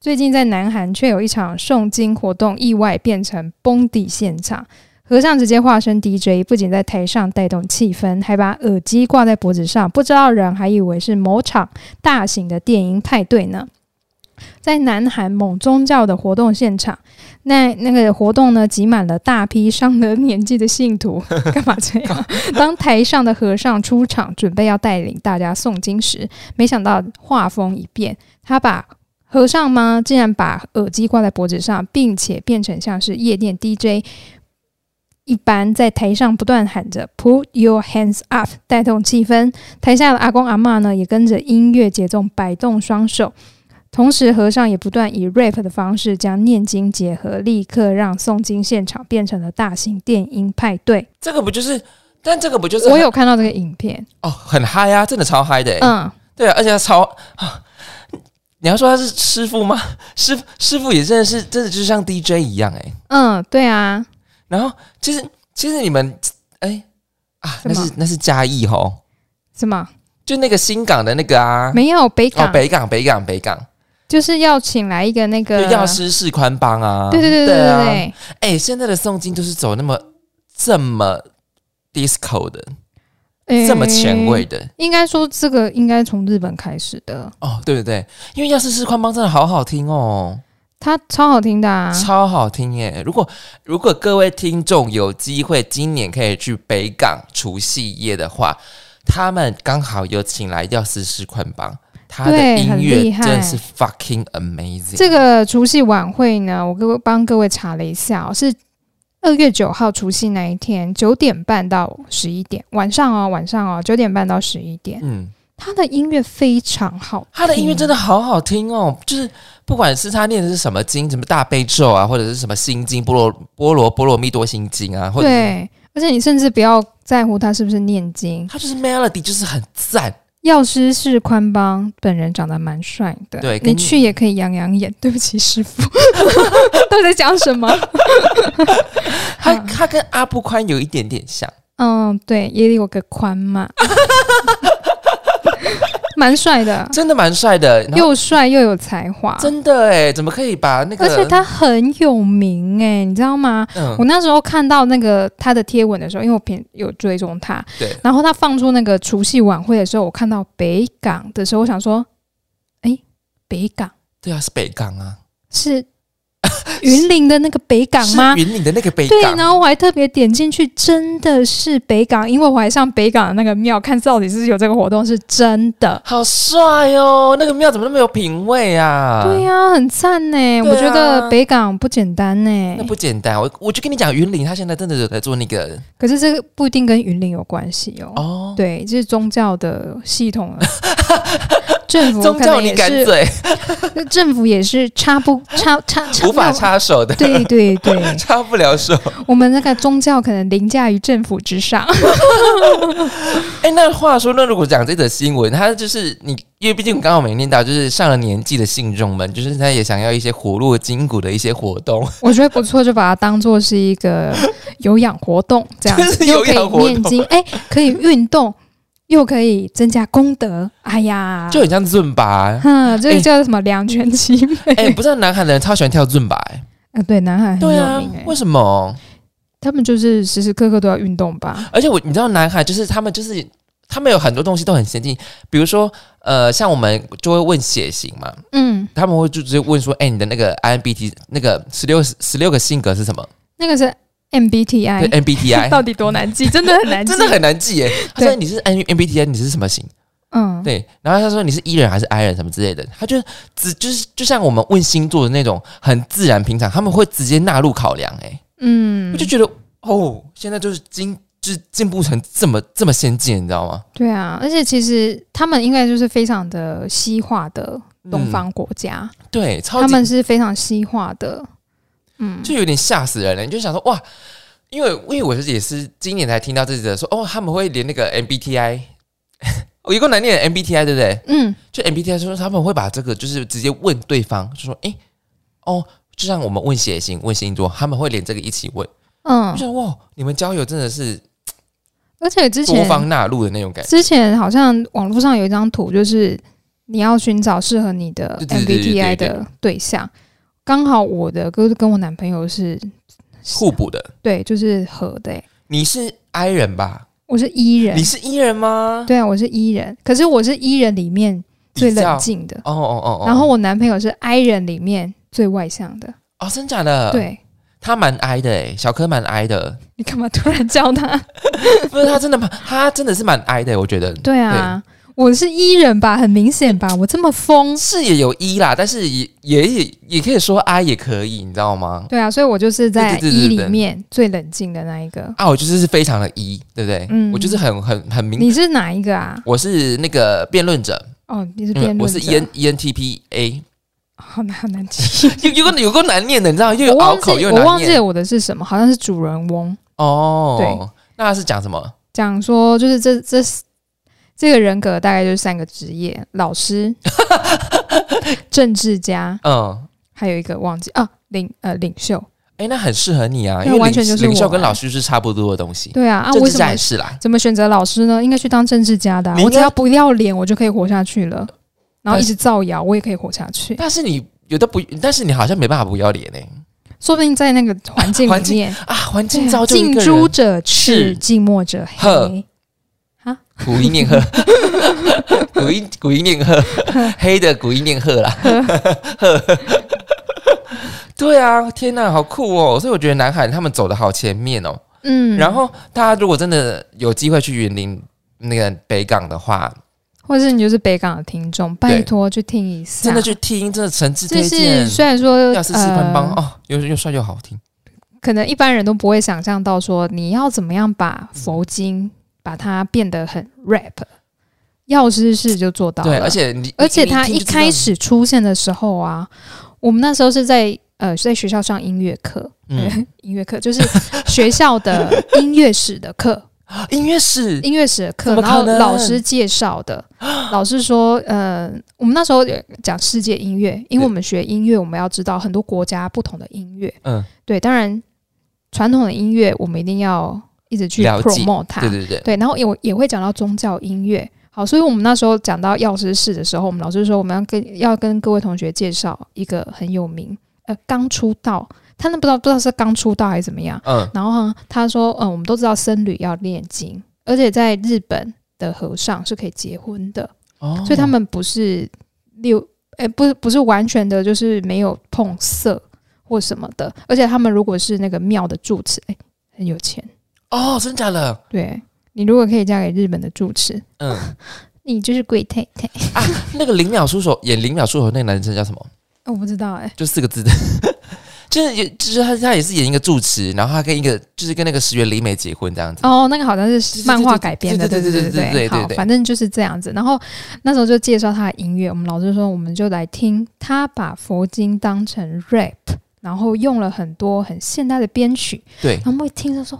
Speaker 1: 最近在南韩却有一场诵经活动意外变成崩底现场，和尚直接化身 DJ，不仅在台上带动气氛，还把耳机挂在脖子上，不知道人还以为是某场大型的电音派对呢。在南韩某宗教的活动现场，那那个活动呢，挤满了大批上了年纪的信徒， 干嘛这样？当台上的和尚出场，准备要带领大家诵经时，没想到画风一变，他把和尚吗，竟然把耳机挂在脖子上，并且变成像是夜店 DJ 一般，在台上不断喊着 “Put your hands up”，带动气氛。台下的阿公阿嬷呢，也跟着音乐节奏摆动双手。同时，和尚也不断以 rap 的方式将念经结合，立刻让诵经现场变成了大型电音派对。
Speaker 2: 这个不就是？但这个不就是
Speaker 1: 我有看到这个影片，
Speaker 2: 哦，很嗨啊，真的超嗨的、欸。
Speaker 1: 嗯，
Speaker 2: 对啊，而且他超、啊，你要说他是师傅吗？ 师傅师傅也真的是，真的就像 DJ 一样哎、
Speaker 1: 嗯，对啊，
Speaker 2: 然后其实其实你们哎、啊，
Speaker 1: 什
Speaker 2: 那
Speaker 1: 么
Speaker 2: 是那是嘉义吼，
Speaker 1: 什么
Speaker 2: 就那个新港的那个啊，
Speaker 1: 没有北港、
Speaker 2: 哦北港北港北港，
Speaker 1: 就是要请来一个那
Speaker 2: 就
Speaker 1: 个
Speaker 2: 药师释宽帮啊。
Speaker 1: 啊对对对对对
Speaker 2: 啊
Speaker 1: 对，
Speaker 2: 哎、现在的诵经就是走那么这么 disco 的，
Speaker 1: 诶
Speaker 2: 这么前卫。的
Speaker 1: 应该说这个应该从日本开始的，
Speaker 2: 哦，对不对？因为药师释宽帮真的好好听哦，
Speaker 1: 它超好听的啊，
Speaker 2: 超好听耶！如果如果各位听众有机会今年可以去北港除夕夜的话，他们刚好有请来药师释宽帮，他的
Speaker 1: 对
Speaker 2: 音
Speaker 1: 很
Speaker 2: 乐
Speaker 1: 厉害
Speaker 2: 真的是 fucking amazing。
Speaker 1: 这个除夕晚会呢，我各位帮各位查了一下、哦，是二月九号除夕那一天，九点半到十一点，晚上哦，晚上哦，九点半到十一点，
Speaker 2: 嗯，
Speaker 1: 它的音乐非常好听，
Speaker 2: 他的音乐真的好好听哦，
Speaker 1: 嗯
Speaker 2: 就是不管是他念的是什么经，什么大悲咒啊，或者是什么心经、波罗波罗波罗蜜多心经啊，或者是
Speaker 1: 对，而且你甚至不要在乎它是不是念经，
Speaker 2: 他就是 melody 就是很赞。
Speaker 1: 药师是宽帮本人长得蛮帅的，
Speaker 2: 对
Speaker 1: 你
Speaker 2: 跟
Speaker 1: 去也可以养养眼。 对不起，师傅，到底在讲什么？
Speaker 2: 他
Speaker 1: 啊
Speaker 2: 他跟阿布宽有一点点像，
Speaker 1: 嗯，对，也有个宽嘛， 蛮帅的，
Speaker 2: 真的蛮帅的。然后
Speaker 1: 又帅又有才华，
Speaker 2: 真的哎，怎么可以把那个？
Speaker 1: 啊而且他很有名哎、你知道吗？我
Speaker 2: 嗯，
Speaker 1: 那时候看到那个他的贴文的时候，因为我平有追踪他，
Speaker 2: 对
Speaker 1: 然后他放出那个除夕晚会的时候，我看到北港的时候，我想说，哎、北港。
Speaker 2: 对啊，是北港啊，
Speaker 1: 是云林的那个北港吗
Speaker 2: 是？云岭的那个北
Speaker 1: 对，
Speaker 2: 港。
Speaker 1: 然后我还特别点进去，真的是北港，因为我还上北港的那个庙看到底是有这个活动，是真的。
Speaker 2: 好帅哦！那个庙怎么那么有品味啊？
Speaker 1: 对呀、很赞呢、
Speaker 2: 啊
Speaker 1: 我觉得北港不简单呢、
Speaker 2: 那不简单。我我就跟你讲，云岭他现在真的有在做那个
Speaker 1: 可是这个不一定跟云林有关系哦。
Speaker 2: 哦，
Speaker 1: 对，这是宗教的系统啊。政府
Speaker 2: 宗
Speaker 1: 可
Speaker 2: 教
Speaker 1: 能
Speaker 2: 你
Speaker 1: 也
Speaker 2: 敢
Speaker 1: 是，
Speaker 2: 嘴，
Speaker 1: 政府也是插不插插 插
Speaker 2: 无法
Speaker 1: 那
Speaker 2: 插手的，，
Speaker 1: 对对对
Speaker 2: 插不 了手。
Speaker 1: 我们那个宗教可能凌驾于政府之上。
Speaker 2: 哎、那话说，那如果讲这则新闻，他就是你，因为毕竟我刚好没念到，就是上了年纪的信众们，就是他也想要一些活络筋骨的一些活动，
Speaker 1: 我觉得不错，就把它当做是一个有氧活动，这样
Speaker 2: 就是
Speaker 1: 子又
Speaker 2: 有氧
Speaker 1: 可以
Speaker 2: 活动
Speaker 1: 念经，哎，可以运动，又可以增加功德。哎呀，
Speaker 2: 就很像尊吧。
Speaker 1: 哼，这
Speaker 2: 哎
Speaker 1: 个叫什么两全其美？
Speaker 2: 哎、不知道南韩的人超喜欢跳尊吧、哎
Speaker 1: 啊，对，南海很
Speaker 2: 对
Speaker 1: 有
Speaker 2: 啊
Speaker 1: 名，哎
Speaker 2: 为，什么？
Speaker 1: 他们就是时时刻刻都要运动吧？
Speaker 2: 而且我你知道，南海就是他们就是他们有很多东西都很先进，比如说呃，像我们就会问血型嘛，
Speaker 1: 嗯，
Speaker 2: 他们会就直接问说，哎、你的那个 IMBT 那个十六十六个性格是什么？
Speaker 1: 那个是
Speaker 2: 对
Speaker 1: MBTI，到哎
Speaker 2: MBTI
Speaker 1: 底多难 记？真的很难记，
Speaker 2: 真的很难记耶。他说
Speaker 1: 对
Speaker 2: 你是 M MBTI，你是什么型？
Speaker 1: 嗯，
Speaker 2: 对，然后他说你是 E 人还是 I 人什么之类的，他就只就是就像我们问星座的那种很自然平常，他们会直接纳入考量。哎，
Speaker 1: 嗯
Speaker 2: 我就，觉得哦，现在就是进就是进步成这么这么先进，你知道吗？
Speaker 1: 对啊，而且其实他们应该就是非常的西化的东
Speaker 2: 嗯
Speaker 1: 方国家，
Speaker 2: 对，超级
Speaker 1: 他们是非常西化的，嗯，
Speaker 2: 就有点吓死人了。你就想说哇，因为因为我是也是今年才听到这己的说哦，他们会连那个 MBTI，我一共难念 MBTI 对不对？
Speaker 1: 嗯，
Speaker 2: 就 MBTI 说他们会把这个就是直接问对方，就说诶，哦，就像我们问血型、问星座，他们会连这个一起问。
Speaker 1: 嗯
Speaker 2: 我，想哇，你们交友真的是
Speaker 1: 而且之
Speaker 2: 多
Speaker 1: 前
Speaker 2: 方纳入的那种感觉。
Speaker 1: 之前好像网络上有一张图，就是你要寻找适合你的
Speaker 2: 对对对对
Speaker 1: MBTI
Speaker 2: 对
Speaker 1: 的对象。刚好我的跟跟我男朋友是
Speaker 2: 互补的。
Speaker 1: 对，就是合的欸、
Speaker 2: 你是 I 人吧？
Speaker 1: 我是 E 人
Speaker 2: 你，是 E 人吗？
Speaker 1: 对啊，我是 E 人，可是我是 E 人里面最
Speaker 2: 比较
Speaker 1: 冷静的，
Speaker 2: 哦哦哦哦。
Speaker 1: 然后我男朋友是 I 人里面最外向的。
Speaker 2: 哦，真假的？，
Speaker 1: 对
Speaker 2: 他蛮 I 的诶，小柯蛮 I 的，
Speaker 1: 你干嘛突然叫他？
Speaker 2: 不是他真的蛮，他真的是蛮 I 的，我觉得。
Speaker 1: 对啊，我是 E 人吧，很明显吧，我这么疯。
Speaker 2: 是也有 E 啦，但是也也也也可以说 I 也可以，你知道吗？
Speaker 1: 对啊，所以我就是在
Speaker 2: 对对对
Speaker 1: E
Speaker 2: 对
Speaker 1: 里
Speaker 2: 对
Speaker 1: 面最冷静的那一个。
Speaker 2: 啊，我就是非常的 E，对不对？
Speaker 1: 嗯
Speaker 2: 我就是很很很明，
Speaker 1: 你是哪一个啊？
Speaker 2: 我是那个辩论者，
Speaker 1: 哦，你是
Speaker 2: 嗯
Speaker 1: 辩论、者，
Speaker 2: 我是 E N E N T P A，
Speaker 1: 好难好难记，
Speaker 2: 有有个有个难念的，你知道，
Speaker 1: 我
Speaker 2: 又有拗
Speaker 1: 忘
Speaker 2: 口
Speaker 1: 记
Speaker 2: 又
Speaker 1: 我
Speaker 2: 难
Speaker 1: 忘记
Speaker 2: 念
Speaker 1: 了我的是什么，好像是主人翁
Speaker 2: 哦。那他是讲什么？
Speaker 1: 讲说，就是这这这个人格大概就是三个职业：老 师、政治家，
Speaker 2: 嗯，
Speaker 1: 还有一个忘记啊，领呃领袖。
Speaker 2: 哎，那很适合你啊，
Speaker 1: 对
Speaker 2: 因为
Speaker 1: 完
Speaker 2: 领
Speaker 1: 全就是
Speaker 2: 领袖
Speaker 1: 我
Speaker 2: 跟
Speaker 1: 啊
Speaker 2: 老师是差不多的东西，
Speaker 1: 对啊，啊，
Speaker 2: 政
Speaker 1: 为
Speaker 2: 治
Speaker 1: 什
Speaker 2: 家
Speaker 1: 么
Speaker 2: 也是啦。
Speaker 1: 怎么选择老师呢？应该去当政治家的啊、
Speaker 2: 你应
Speaker 1: 我只
Speaker 2: 该哎
Speaker 1: 要不要脸，我就可以活下去了。然后
Speaker 2: 但
Speaker 1: 一
Speaker 2: 是
Speaker 1: 直造谣，我也可以活下去。
Speaker 2: 但是你有的不，但是你好像没办法不要脸呢、
Speaker 1: 说不定在那个环境
Speaker 2: 环
Speaker 1: 里
Speaker 2: 境
Speaker 1: 面，
Speaker 2: 啊！环
Speaker 1: 对
Speaker 2: 境
Speaker 1: 啊
Speaker 2: 造就一
Speaker 1: 近
Speaker 2: 个
Speaker 1: 朱
Speaker 2: 人，
Speaker 1: 者赤，
Speaker 2: 是
Speaker 1: 近墨者
Speaker 2: 呵
Speaker 1: 黑。
Speaker 2: 古一念鹤，古一古一念鹤，黑的古一念鹤啦。对啊，天哪，好酷哦！所以我觉得南海他们走的好前面哦。
Speaker 1: 嗯，
Speaker 2: 然后大家如果真的有机会去云林那个北港的话，
Speaker 1: 或是你就是北港的听众，拜托去听一下，
Speaker 2: 真的去听，真的诚挚
Speaker 1: 就
Speaker 2: 推
Speaker 1: 是
Speaker 2: 荐。
Speaker 1: 虽然说
Speaker 2: 要是四分帮、
Speaker 1: 呃，
Speaker 2: 哦，又又帅又好听，
Speaker 1: 可能一般人都不会想象到说你要怎么样把佛经把它变得很 rap，药师是就做到了，
Speaker 2: 对，而且你
Speaker 1: 而且他
Speaker 2: 你
Speaker 1: 一
Speaker 2: 听就知道
Speaker 1: 开始出现的时候啊，我们那时候是在呃在学校上音乐课，
Speaker 2: 嗯
Speaker 1: 音乐课就是学校的音乐史的课，
Speaker 2: 音乐是
Speaker 1: 嗯音乐史的课，
Speaker 2: 怎么
Speaker 1: 然后
Speaker 2: 可能
Speaker 1: 老师介绍 的，老师说，呃，我们那时候有讲世界音乐，因为我
Speaker 2: 对
Speaker 1: 们学音乐，我们要知道很多国家不同的音乐，
Speaker 2: 嗯，
Speaker 1: 对，当然传统的音乐我们一定要一直去
Speaker 2: 了解
Speaker 1: promote 它，
Speaker 2: 对对对，
Speaker 1: 对然后也也会讲到宗教音乐。好，所以我们那时候讲到药师寺的时候，我们老师说我们要跟要跟各位同学介绍一个很有名，呃，刚出道，他那不知道不知道是刚出道还是怎么样。
Speaker 2: 嗯
Speaker 1: 然后呢他说，嗯，我们都知道僧侣要念经，而且在日本的和尚是可以结婚的，
Speaker 2: 哦
Speaker 1: 所以他们不是六，哎、不是不是完全的，就是没有碰色或什么的，而且他们如果是那个庙的住持，哎、很有钱，
Speaker 2: 哦，真假的，
Speaker 1: 对你如果可以嫁给日本的住持，
Speaker 2: 嗯
Speaker 1: 你就是鬼太太。
Speaker 2: 啊，那个零秒出手演零秒出手那个男生叫什么？
Speaker 1: 哦我不知道哎、
Speaker 2: 就四个字的， 就是也就是他他也是演一个住持，然后他跟一个就是跟那个石原里美结婚这样子。
Speaker 1: 哦，那个好像是漫画改编的，
Speaker 2: 对
Speaker 1: 对
Speaker 2: 对
Speaker 1: 对
Speaker 2: 对对对对对
Speaker 1: 好
Speaker 2: 对，
Speaker 1: 反正就是这样子。然后那时候就介绍他的音乐，我们老师说我们就来听他把佛经当成 rap，然后用了很多很现代的编曲，
Speaker 2: 对
Speaker 1: 然，后我们一听就说，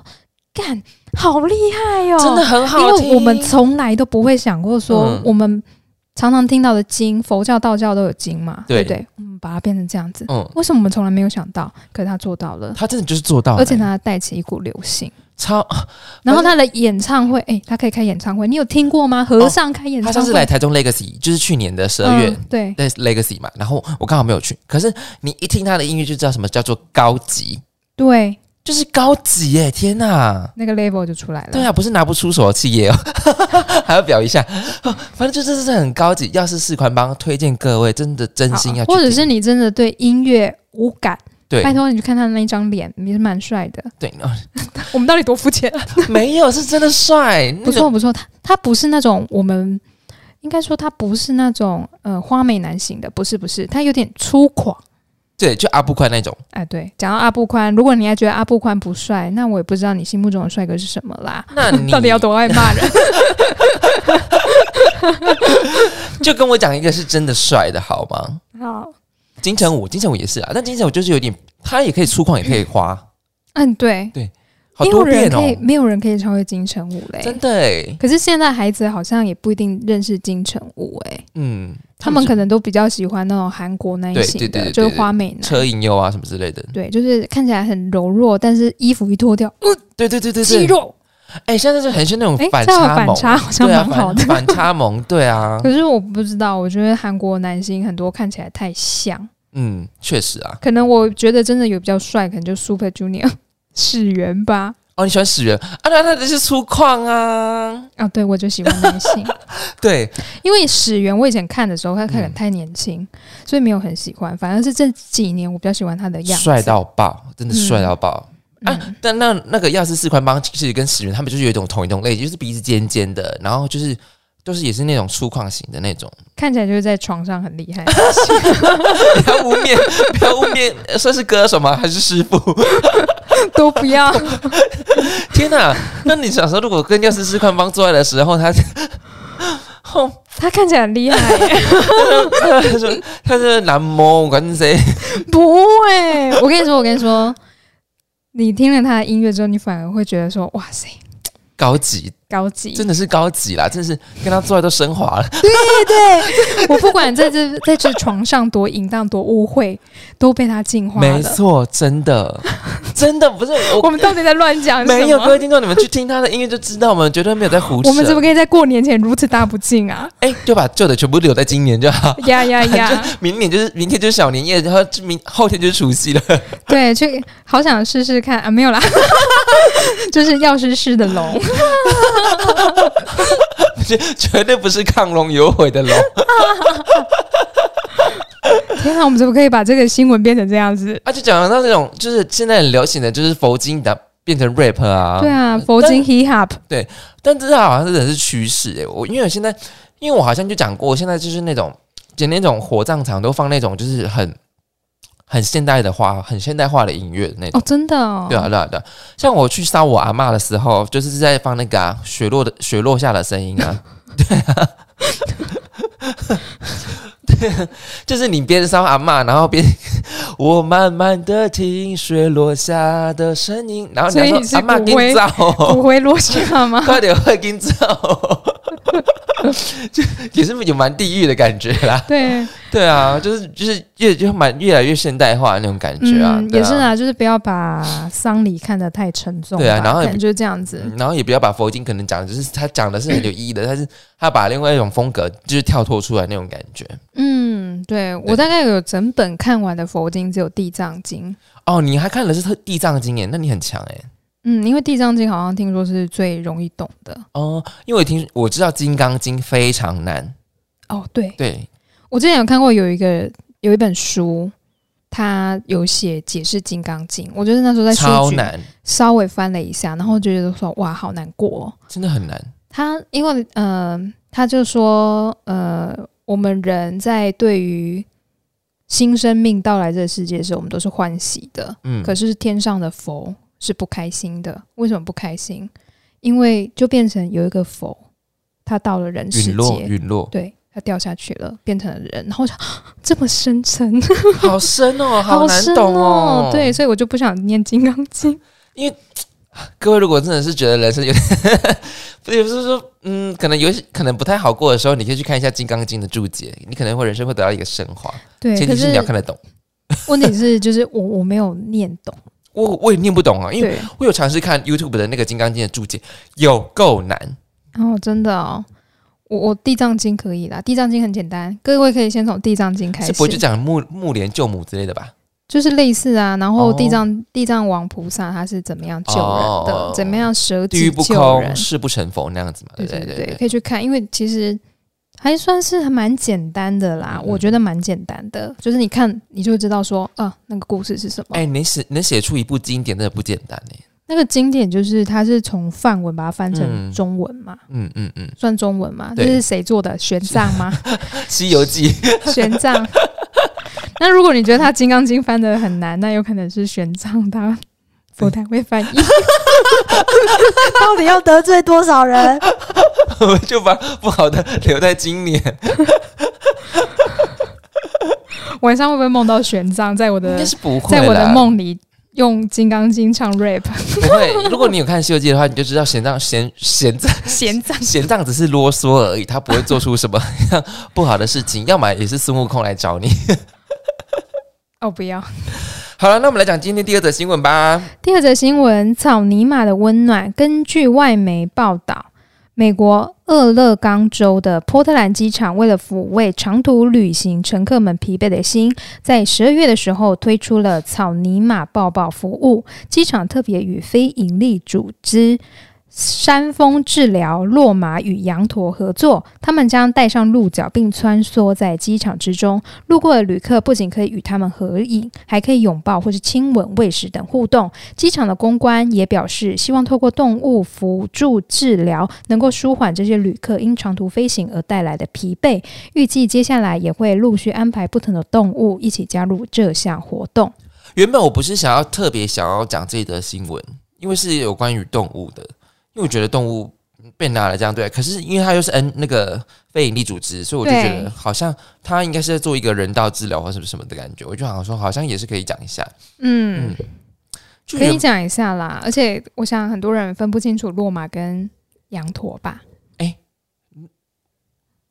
Speaker 1: 干，好厉害哦，
Speaker 2: 真的很
Speaker 1: 因
Speaker 2: 好听。
Speaker 1: 为我们从来都不会想过说
Speaker 2: 嗯，
Speaker 1: 我们常常听到的经，佛教、道教都有经嘛，对
Speaker 2: 对
Speaker 1: 不对？我们把它变成这样子，
Speaker 2: 嗯，
Speaker 1: 为什么我们从来没有想到？可是他做到了，
Speaker 2: 他真的就是做到了，
Speaker 1: 而且他带起一股流行。
Speaker 2: 超
Speaker 1: 然后他的演唱会，哎、他可以开演唱会，你有听过吗？和尚开演
Speaker 2: 哦他
Speaker 1: 唱
Speaker 2: 上次
Speaker 1: 会，
Speaker 2: 来台中 Legacy 就是去年的十二月
Speaker 1: 嗯，对，
Speaker 2: 在 Legacy 嘛，然后我刚好没有去，可是你一听他的音乐就知道什么叫做高级，
Speaker 1: 对，
Speaker 2: 就是高级耶！天哪，
Speaker 1: 那个 level 就出来了。
Speaker 2: 对啊，不是拿不出手的企业哦， 还要表一下，反正就真的是很高级。要是四款帮推荐各位，真的真
Speaker 1: 好
Speaker 2: 心要去听，
Speaker 1: 或者是你真的对音乐无感，
Speaker 2: 对
Speaker 1: 拜托你去看他那一张脸，也是蛮帅 的。
Speaker 2: 对，哦
Speaker 1: 我们到底多肤浅？
Speaker 2: 没有是真的帅，
Speaker 1: 不
Speaker 2: 那个
Speaker 1: 错不错，他他不是那种我们应该说他不是那种呃花美男型的，不是不是，他有点粗犷。
Speaker 2: 对，就阿布 宽那种，
Speaker 1: 哎，对，讲到阿布宽，如果你还觉得阿布宽不帅，那我也不知道你心目中的帅哥是什么啦。
Speaker 2: 那你
Speaker 1: 到底要多爱骂人？
Speaker 2: 就跟我讲一个是真的帅的 好吗？
Speaker 1: 好，
Speaker 2: 金城武，金城武也是啊，但金城武就是有点，他也可以粗犷，也可 以花，
Speaker 1: 嗯，对，
Speaker 2: 好
Speaker 1: 没有
Speaker 2: 多
Speaker 1: 人
Speaker 2: 变
Speaker 1: 可
Speaker 2: 哦
Speaker 1: 以，，没有人可以超越金城武嘞。
Speaker 2: 真的哎，
Speaker 1: 可是现在孩子好像也不一定认识金城武哎、
Speaker 2: 嗯，
Speaker 1: 他们
Speaker 2: 就
Speaker 1: 可能都比较喜欢那种韩国那一
Speaker 2: 对
Speaker 1: 型
Speaker 2: 对
Speaker 1: 的，
Speaker 2: 对对
Speaker 1: 就是
Speaker 2: 对
Speaker 1: 花美男，
Speaker 2: 车银优啊什么之类的，
Speaker 1: 对，就是看起来很柔弱，但是衣服一脱掉，
Speaker 2: 对对对对
Speaker 1: 肌
Speaker 2: 对，
Speaker 1: 肉
Speaker 2: 哎、现在是很是那种
Speaker 1: 哎，
Speaker 2: 反
Speaker 1: 这样
Speaker 2: 差
Speaker 1: 有反
Speaker 2: 萌，
Speaker 1: 差好像
Speaker 2: 对啊，
Speaker 1: 蛮好
Speaker 2: 反
Speaker 1: 的。
Speaker 2: 反差萌，对啊，
Speaker 1: 可是我不知道，我觉得韩国男星很多看起来太像，
Speaker 2: 嗯，确实啊。
Speaker 1: 可能我觉得真的有比较帅，可能就 Super Junior 世元吧。
Speaker 2: 哦，你喜欢史源啊？那那那是粗犷啊，
Speaker 1: 啊，对，我就喜欢男性，
Speaker 2: 对，
Speaker 1: 因为始源我以前看的时候，他可能
Speaker 2: 嗯
Speaker 1: 太年轻，所以没有很喜欢。反而是这几年我比较喜欢他的样子，
Speaker 2: 帅到爆，真的
Speaker 1: 嗯
Speaker 2: 帅到爆。啊
Speaker 1: 嗯，
Speaker 2: 但那那个亚斯四宽帮其实跟史源他们就是有一种同一种类型，就是鼻子尖尖的，然后就是都、是也是那种粗犷型的那种。
Speaker 1: 看起来就是在床上很厉害。
Speaker 2: 不要污蔑， 不要污蔑，呃算是歌手吗？还是师傅？
Speaker 1: 都不要，
Speaker 2: 天哪！那你想说，如果跟亚斯四宽帮做爱的时候，他， 哦，
Speaker 1: 他看起来很厉害耶、
Speaker 2: 他说他是男模，我跟谁？
Speaker 1: 不会，我跟你说，我跟你说，你听了他的音乐之后，你反而会觉得说，哇塞，
Speaker 2: 高级，
Speaker 1: 高级，
Speaker 2: 真的是高级啦，真的是跟他做爱都升华了。
Speaker 1: 对对， 我不管在这在这床上多淫荡多污秽，都被他净化
Speaker 2: 没
Speaker 1: 了。
Speaker 2: 错，真的，真的不是
Speaker 1: 我
Speaker 2: 我。
Speaker 1: 们到底在乱讲什么？
Speaker 2: 没有各位听众，你们去听他的音乐就知道，我们绝对没有在胡扯。
Speaker 1: 我们怎么可以在过年前如此大不敬 啊？
Speaker 2: 哎、就把旧的全部留在今年就好。
Speaker 1: 呀呀哎呀！
Speaker 2: 明年 就是明天就是小年夜，然后明后天就是除夕了。
Speaker 1: 对，去好想试试看啊，没有啦， 就是药师师的 龙，
Speaker 2: 绝绝对不是亢龙有悔 的龙。
Speaker 1: 天哪，我们怎么可以把这个新闻变成这样子？
Speaker 2: 啊，就讲到这种，就是现在很流行的，就是佛经的变成 rap 啊。
Speaker 1: 对啊，佛经 hip hop，
Speaker 2: 但这好像真的是趋势诶。我因为我现在，因为我好像就讲过，现在就是那种剪那种火葬场都放那种就是很很现代的花，很现代化的音乐的那种。
Speaker 1: 哦，真的哦，
Speaker 2: 对啊，对啊，对啊！像我去烧我阿嬷的时候，就是在放那个、啊、雪落的雪落下的声 音啊， 对啊，对啊，就是你边烧阿嬷，然后边 我慢慢的听雪落下的声音，然后你还
Speaker 1: 所以你是
Speaker 2: 说阿嬷
Speaker 1: 骨
Speaker 2: 给
Speaker 1: 灰
Speaker 2: 你哦照，
Speaker 1: 骨灰落下 吗？
Speaker 2: 快点会跟照，就也是有蛮地狱的感觉啦。
Speaker 1: 对，
Speaker 2: 对啊，就是就是越就蛮越来越现代化的那种感觉啊，
Speaker 1: 嗯，
Speaker 2: 对
Speaker 1: 也是。啊，就是不要把丧礼看得太沉重吧，
Speaker 2: 对啊然后也
Speaker 1: 可能就是这样子，
Speaker 2: 嗯然后也不要把佛经可能讲，的就是他讲的是很有意义的，但是他把另外一种风格就是跳脱出来那种感觉。
Speaker 1: 嗯，对我
Speaker 2: 对
Speaker 1: 大概有整本看完的佛经只有《地藏经》，
Speaker 2: 哦，你还看的是《地藏经》耶？那你很强哎。
Speaker 1: 嗯，因为《地藏经》好像听说是最容易懂的。
Speaker 2: 哦，因为我听我知道《金刚经》非常难，
Speaker 1: 哦，对，
Speaker 2: 对，
Speaker 1: 我之前有看过有一个有一本书，它有写解释《金刚经》，我就是那时候在书
Speaker 2: 超
Speaker 1: 局
Speaker 2: 难，
Speaker 1: 稍微翻了一下，然后就觉得说哇，好难过、哦。
Speaker 2: 真的很难。
Speaker 1: 他因为呃，他就说呃，我们人在对于新生命到来这个世界的时候，我们都是欢喜的。
Speaker 2: 嗯，
Speaker 1: 可是天上的佛是不开心的，为什么不开心？因为就变成有一个佛，他到了人世
Speaker 2: 陨落
Speaker 1: 界，
Speaker 2: 陨落，
Speaker 1: 对他掉下去了，变成了人，然后我想 这么深沉，
Speaker 2: 好深哦，难
Speaker 1: 深
Speaker 2: 懂
Speaker 1: 哦。对，，所以我就不想念《金刚经》。
Speaker 2: 各位如果真的是觉得人生有点， 不是就是说，嗯，可能有一些可能不太好过的时候，你可以去看一下《金刚经》的注解，你可能会人生会得到一个升华，
Speaker 1: 对，
Speaker 2: 前
Speaker 1: 可
Speaker 2: 提是
Speaker 1: 是
Speaker 2: 你要看得懂。
Speaker 1: 问题是，就是我我没有念懂，
Speaker 2: 我我也念不懂啊，因为
Speaker 1: 对，
Speaker 2: 我有尝试看 YouTube 的那个《金刚经》的注解，有够难。
Speaker 1: 然后真的哦，我我地藏经可以啦，地藏经很简单，各位可以先从地藏经开
Speaker 2: 是
Speaker 1: 始，
Speaker 2: 不会就讲木木莲救母之类的吧？
Speaker 1: 就是类似啊，然后
Speaker 2: 哦
Speaker 1: 地藏、地藏王菩萨他是怎么样救人的，
Speaker 2: 哦
Speaker 1: 怎么样舍
Speaker 2: 地狱
Speaker 1: 己
Speaker 2: 不
Speaker 1: 救人
Speaker 2: 空，，誓不成佛那样子嘛，对
Speaker 1: 对
Speaker 2: 不对
Speaker 1: 对
Speaker 2: 对
Speaker 1: 对
Speaker 2: 对
Speaker 1: 可以去看，因为其实还算是还蛮简单的啦，
Speaker 2: 嗯
Speaker 1: 我觉得蛮简单的，就是你看你就会知道说，啊，那个故事是什么。
Speaker 2: 哎、能写能写出一部经典，真的不简单呢、
Speaker 1: 那个经典就是它是从梵文把它翻
Speaker 2: 嗯
Speaker 1: 成中文嘛，
Speaker 2: 嗯嗯嗯，
Speaker 1: 算中文嘛，这
Speaker 2: 对
Speaker 1: 是谁做的？玄奘 吗？
Speaker 2: 《西游记》
Speaker 1: 玄奘。那如果你觉得他《金刚经》翻的很难，那有可能是玄奘他不太会翻译。
Speaker 3: 到底要得罪多少人？
Speaker 2: 我们就把不好的留在今年。
Speaker 1: 晚上会不会梦到玄奘在我
Speaker 2: 应该
Speaker 1: 的
Speaker 2: 是不会啦
Speaker 1: 在我的梦里用《金刚经》唱 rap？
Speaker 2: 不会。如果你有看《西游记》的话，你就知道玄奘玄玄奘
Speaker 1: 玄奘
Speaker 2: 玄奘只是啰嗦而已，他不会做出什么 不好的事情，要么也是孙悟空来找你。
Speaker 1: 哦，不要。
Speaker 2: 好了，那我们来讲今天第二则新闻吧。
Speaker 1: 第二则新闻：草泥马的温暖。根据外媒报道，美国俄勒冈州的波特兰机场为了抚慰长途旅行乘客们疲惫的心，在十二月的时候推出了草泥马抱抱服务。机场特别与非营利组织。山峰治疗落马与羊驼合作，他们将带上鹿角并穿梭在机场之中，路过的旅客不仅可以与他们合影，还可以拥抱或是亲吻、喂食等互动。机场的公关也表示，希望透过动物辅助治疗，能够舒缓这些旅客因长途飞行而带来的疲惫。预计接下来也会陆续安排不同的动物一起加入这项活动。
Speaker 2: 原本我不是想要特别想要讲这一则新闻，因为是有关于动物的，因为我觉得动物被拿来这样对待，可是因为它又是 N 那个非营利组织，所以我就
Speaker 1: 对
Speaker 2: 觉得好像它应该是在做一个人道治疗或什么什么的感觉，我就好像说好像也是可以讲一下，
Speaker 1: 嗯，
Speaker 2: 就
Speaker 1: 可
Speaker 2: 原
Speaker 1: 以讲一下啦。而且我想很多人分不清楚落马跟羊驼吧，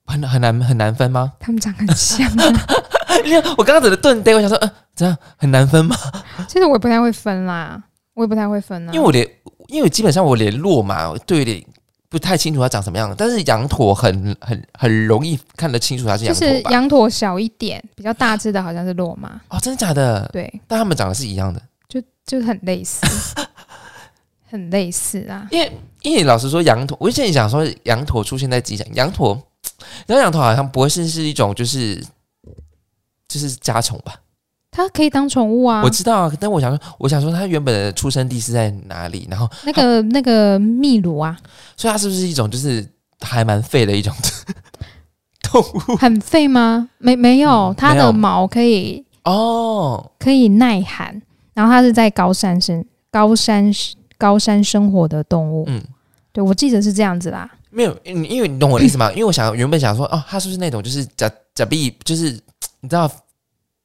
Speaker 2: 很很难很难分吗？
Speaker 1: 他们长很像、啊。
Speaker 2: 因为 我刚刚整个顿呆，我想说，嗯、怎样很难分吗？
Speaker 1: 其实我也不太会分啦，我也不太会分啊啦。
Speaker 2: 因为我连，因为我基本上我连落马我对有点不太清楚它长什么样，但是羊驼很很很容易看得清楚它是
Speaker 1: 就
Speaker 2: 羊
Speaker 1: 是
Speaker 2: 驼吧？
Speaker 1: 羊驼小一点，比较大只的好像是落马，
Speaker 2: 哦，真的假的？
Speaker 1: 对，
Speaker 2: 但它们长得是一样的，
Speaker 1: 就是很类 似，很类似啊。
Speaker 2: 因为因为老实说，羊驼，我之前想说羊驼出现在机场，羊驼，然后羊驼好像不会是是一种就是就是家宠吧？
Speaker 1: 它可以当宠物啊
Speaker 2: 我。知道啊，但我想说，我想说它原本的出生地是在哪里？然后，
Speaker 1: 那个那个秘鲁 啊，
Speaker 2: 所以它是不是一种就是还蛮废的一种动物？
Speaker 1: 很废吗？没没有
Speaker 2: 嗯，
Speaker 1: 它
Speaker 2: 没有
Speaker 1: 的毛可以
Speaker 2: 哦，
Speaker 1: 可以耐寒，然后它是在高山生高山高山生活的动物。
Speaker 2: 嗯。
Speaker 1: 对，我记得是这样子啦。
Speaker 2: 没有，因因为你懂我的意思 吗？因为我想原本想说，哦，他是不是那种就是假假币，就是你知道，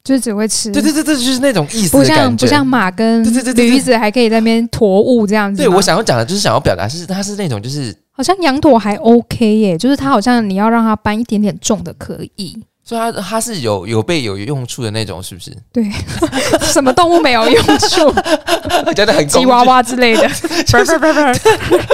Speaker 1: 就是只会吃，
Speaker 2: 对对对对，就是那种意思
Speaker 1: 嗯不
Speaker 2: 的
Speaker 1: 像
Speaker 2: 感觉。
Speaker 1: 不像马跟
Speaker 2: 对对对对对
Speaker 1: 驴子还可以在那边驮物这样子吗。
Speaker 2: 对我想要讲的就是想要表达是他是那种就是，
Speaker 1: 好像羊驼还 OK 耶，就是它好像你要让它搬一点点重的可以。
Speaker 2: 所以他他是有有被有用处的那种，是 不是？
Speaker 1: 什么动物没有用 处？
Speaker 2: 讲的很
Speaker 1: 吉
Speaker 2: 公
Speaker 1: 娃娃之类的。不是不是不是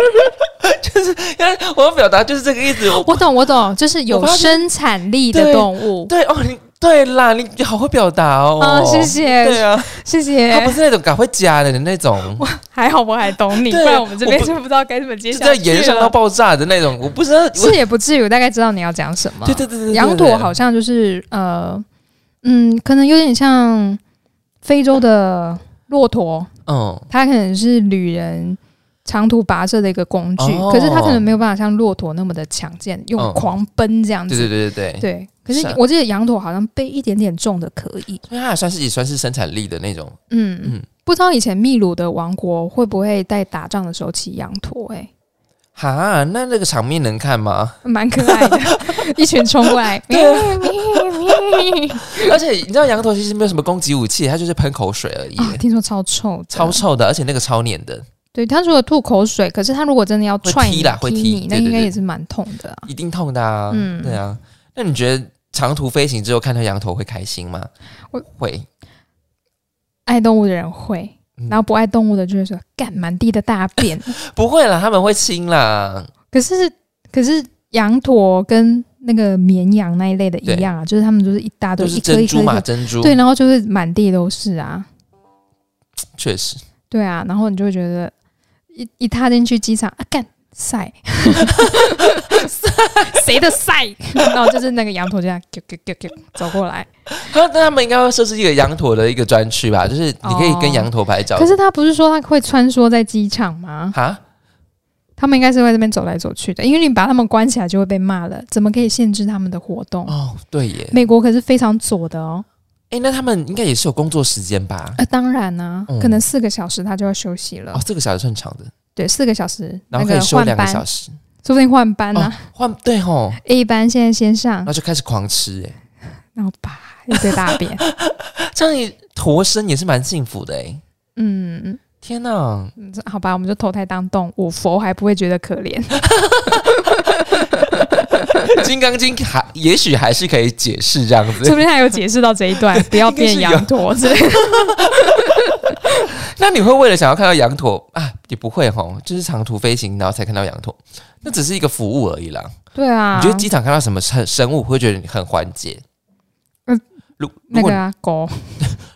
Speaker 2: 正， 我要表达就是这个意思。我
Speaker 1: 我懂我懂，就是有
Speaker 2: 我发现
Speaker 1: 生产力的
Speaker 2: 对
Speaker 1: 动物。
Speaker 2: 对哦，你对啦，你你好会表达哦。
Speaker 1: 啊，谢
Speaker 2: 对
Speaker 1: 谢
Speaker 2: 啊，
Speaker 1: 谢
Speaker 2: 他不
Speaker 1: 谢，
Speaker 2: 是那种赶快加的那种，
Speaker 1: 还好我还懂你，不
Speaker 2: 对
Speaker 1: 然我们这边
Speaker 2: 我不
Speaker 1: 就不知道该怎么接
Speaker 2: 就是
Speaker 1: 下
Speaker 2: 要
Speaker 1: 去
Speaker 2: 延伸到
Speaker 1: 了。
Speaker 2: 爆炸的那种。我不知道，我
Speaker 1: 是也不至于，我大概知道你要讲什么。
Speaker 2: 对对对对对，
Speaker 1: 羊
Speaker 2: 对
Speaker 1: 驼好像就是呃，嗯，可能有点像非洲的骆驼，
Speaker 2: 嗯，
Speaker 1: 它可能是旅人长途跋涉的一个工具，
Speaker 2: 哦
Speaker 1: 可是它可能没有办法像骆驼那么的强健，用
Speaker 2: 嗯
Speaker 1: 狂奔这样子。
Speaker 2: 对对对对对。
Speaker 1: 对可是
Speaker 2: 是啊
Speaker 1: 我记得羊驼好像背一点点重的可以，
Speaker 2: 因为它也啊算是也算是生产力的那种，
Speaker 1: 嗯
Speaker 2: 嗯
Speaker 1: 嗯，不知道以前秘鲁的王国会不会在打仗的时候骑羊驼、欸？
Speaker 2: 哈，那那个场面能看吗？
Speaker 1: 蛮可爱的，一群冲过来，
Speaker 2: 而且你知道羊驼其实没有什么攻击武器，它就是喷口水而已，
Speaker 1: 啊，听说超臭的，
Speaker 2: 超臭的，而且那个超黏的，
Speaker 1: 对，他除了吐口水，可是他如果真的要
Speaker 2: 会
Speaker 1: 踹
Speaker 2: 踢
Speaker 1: 你
Speaker 2: 啦会踢
Speaker 1: 你，那
Speaker 2: 对对
Speaker 1: 应该
Speaker 2: 对
Speaker 1: 也是蛮痛的啊。
Speaker 2: 一定痛的啊。
Speaker 1: 嗯
Speaker 2: 对啊。那你觉得长途飞行之后看到羊驼会开心吗？
Speaker 1: 我
Speaker 2: 会。
Speaker 1: 爱动物的人会，
Speaker 2: 嗯
Speaker 1: 然后不爱动物的就会说干满地的大便。
Speaker 2: 不会啦，他们会亲啦。
Speaker 1: 可是可是羊驼跟那个绵羊那一类的一样啊，就是他们就是一大堆
Speaker 2: 就
Speaker 1: 一
Speaker 2: 是
Speaker 1: 颗
Speaker 2: 珍
Speaker 1: 一颗
Speaker 2: 珠
Speaker 1: 一
Speaker 2: 嘛，
Speaker 1: 颗，
Speaker 2: 珍珠，
Speaker 1: 对，然后就是满地都是啊，
Speaker 2: 确实，
Speaker 1: 对啊，然后你就会觉得一一踏进去机场啊干。 晒， 谁的晒？然后就是那个羊驼这样，啾啾啾啾走过来。
Speaker 2: 他那他们应该会设置一个羊驼的一个专区吧，就是你可以跟
Speaker 1: 哦
Speaker 2: 羊驼拍照。
Speaker 1: 可是他不是说他会穿梭在机场吗？
Speaker 2: 哈，
Speaker 1: 他们应该是会在这边走来走去的，因为你把他们关起来就会被骂了，怎么可以限制他们的活动？
Speaker 2: 哦，对耶，
Speaker 1: 美国可是非常左的哦。
Speaker 2: 哎，那他们应该也是有工作时间吧？
Speaker 1: 呃，当然呢、
Speaker 2: 嗯
Speaker 1: 可能四个小时他就要休息了。
Speaker 2: 哦，四个小时算长的，
Speaker 1: 对，四个小时，那
Speaker 2: 然后可以
Speaker 1: 个
Speaker 2: 休
Speaker 1: 换
Speaker 2: 两个
Speaker 1: 班，嗯
Speaker 2: 小时，
Speaker 1: 说不定换班呢、
Speaker 2: 哦换对吼，
Speaker 1: A 班现在先上
Speaker 2: 然，后就开始狂吃，哎，
Speaker 1: 然后啪一堆大 便。
Speaker 2: 这样一驼身也是蛮幸福的哎。
Speaker 1: 嗯，
Speaker 2: 天呐，
Speaker 1: 嗯这好吧，我们就投胎当动物，佛还不会觉得可 怜。
Speaker 2: 《金刚经》还也许还是可以解释这样
Speaker 1: 说
Speaker 2: 子。
Speaker 1: 不定还有解释到这一 段，不要
Speaker 2: 应该
Speaker 1: 变
Speaker 2: 是有
Speaker 1: 羊驼之 类的。
Speaker 2: 那你会为了想要看到羊驼啊？也不会吼，就是长途飞行然后才看到羊驼，那只是一个服务而已啦。
Speaker 1: 对啊，
Speaker 2: 你觉得机场看到什么生生物会觉得你很缓解？嗯
Speaker 1: 嗯，
Speaker 2: 如如
Speaker 1: 那
Speaker 2: 果
Speaker 1: 个
Speaker 2: 你、
Speaker 1: 啊狗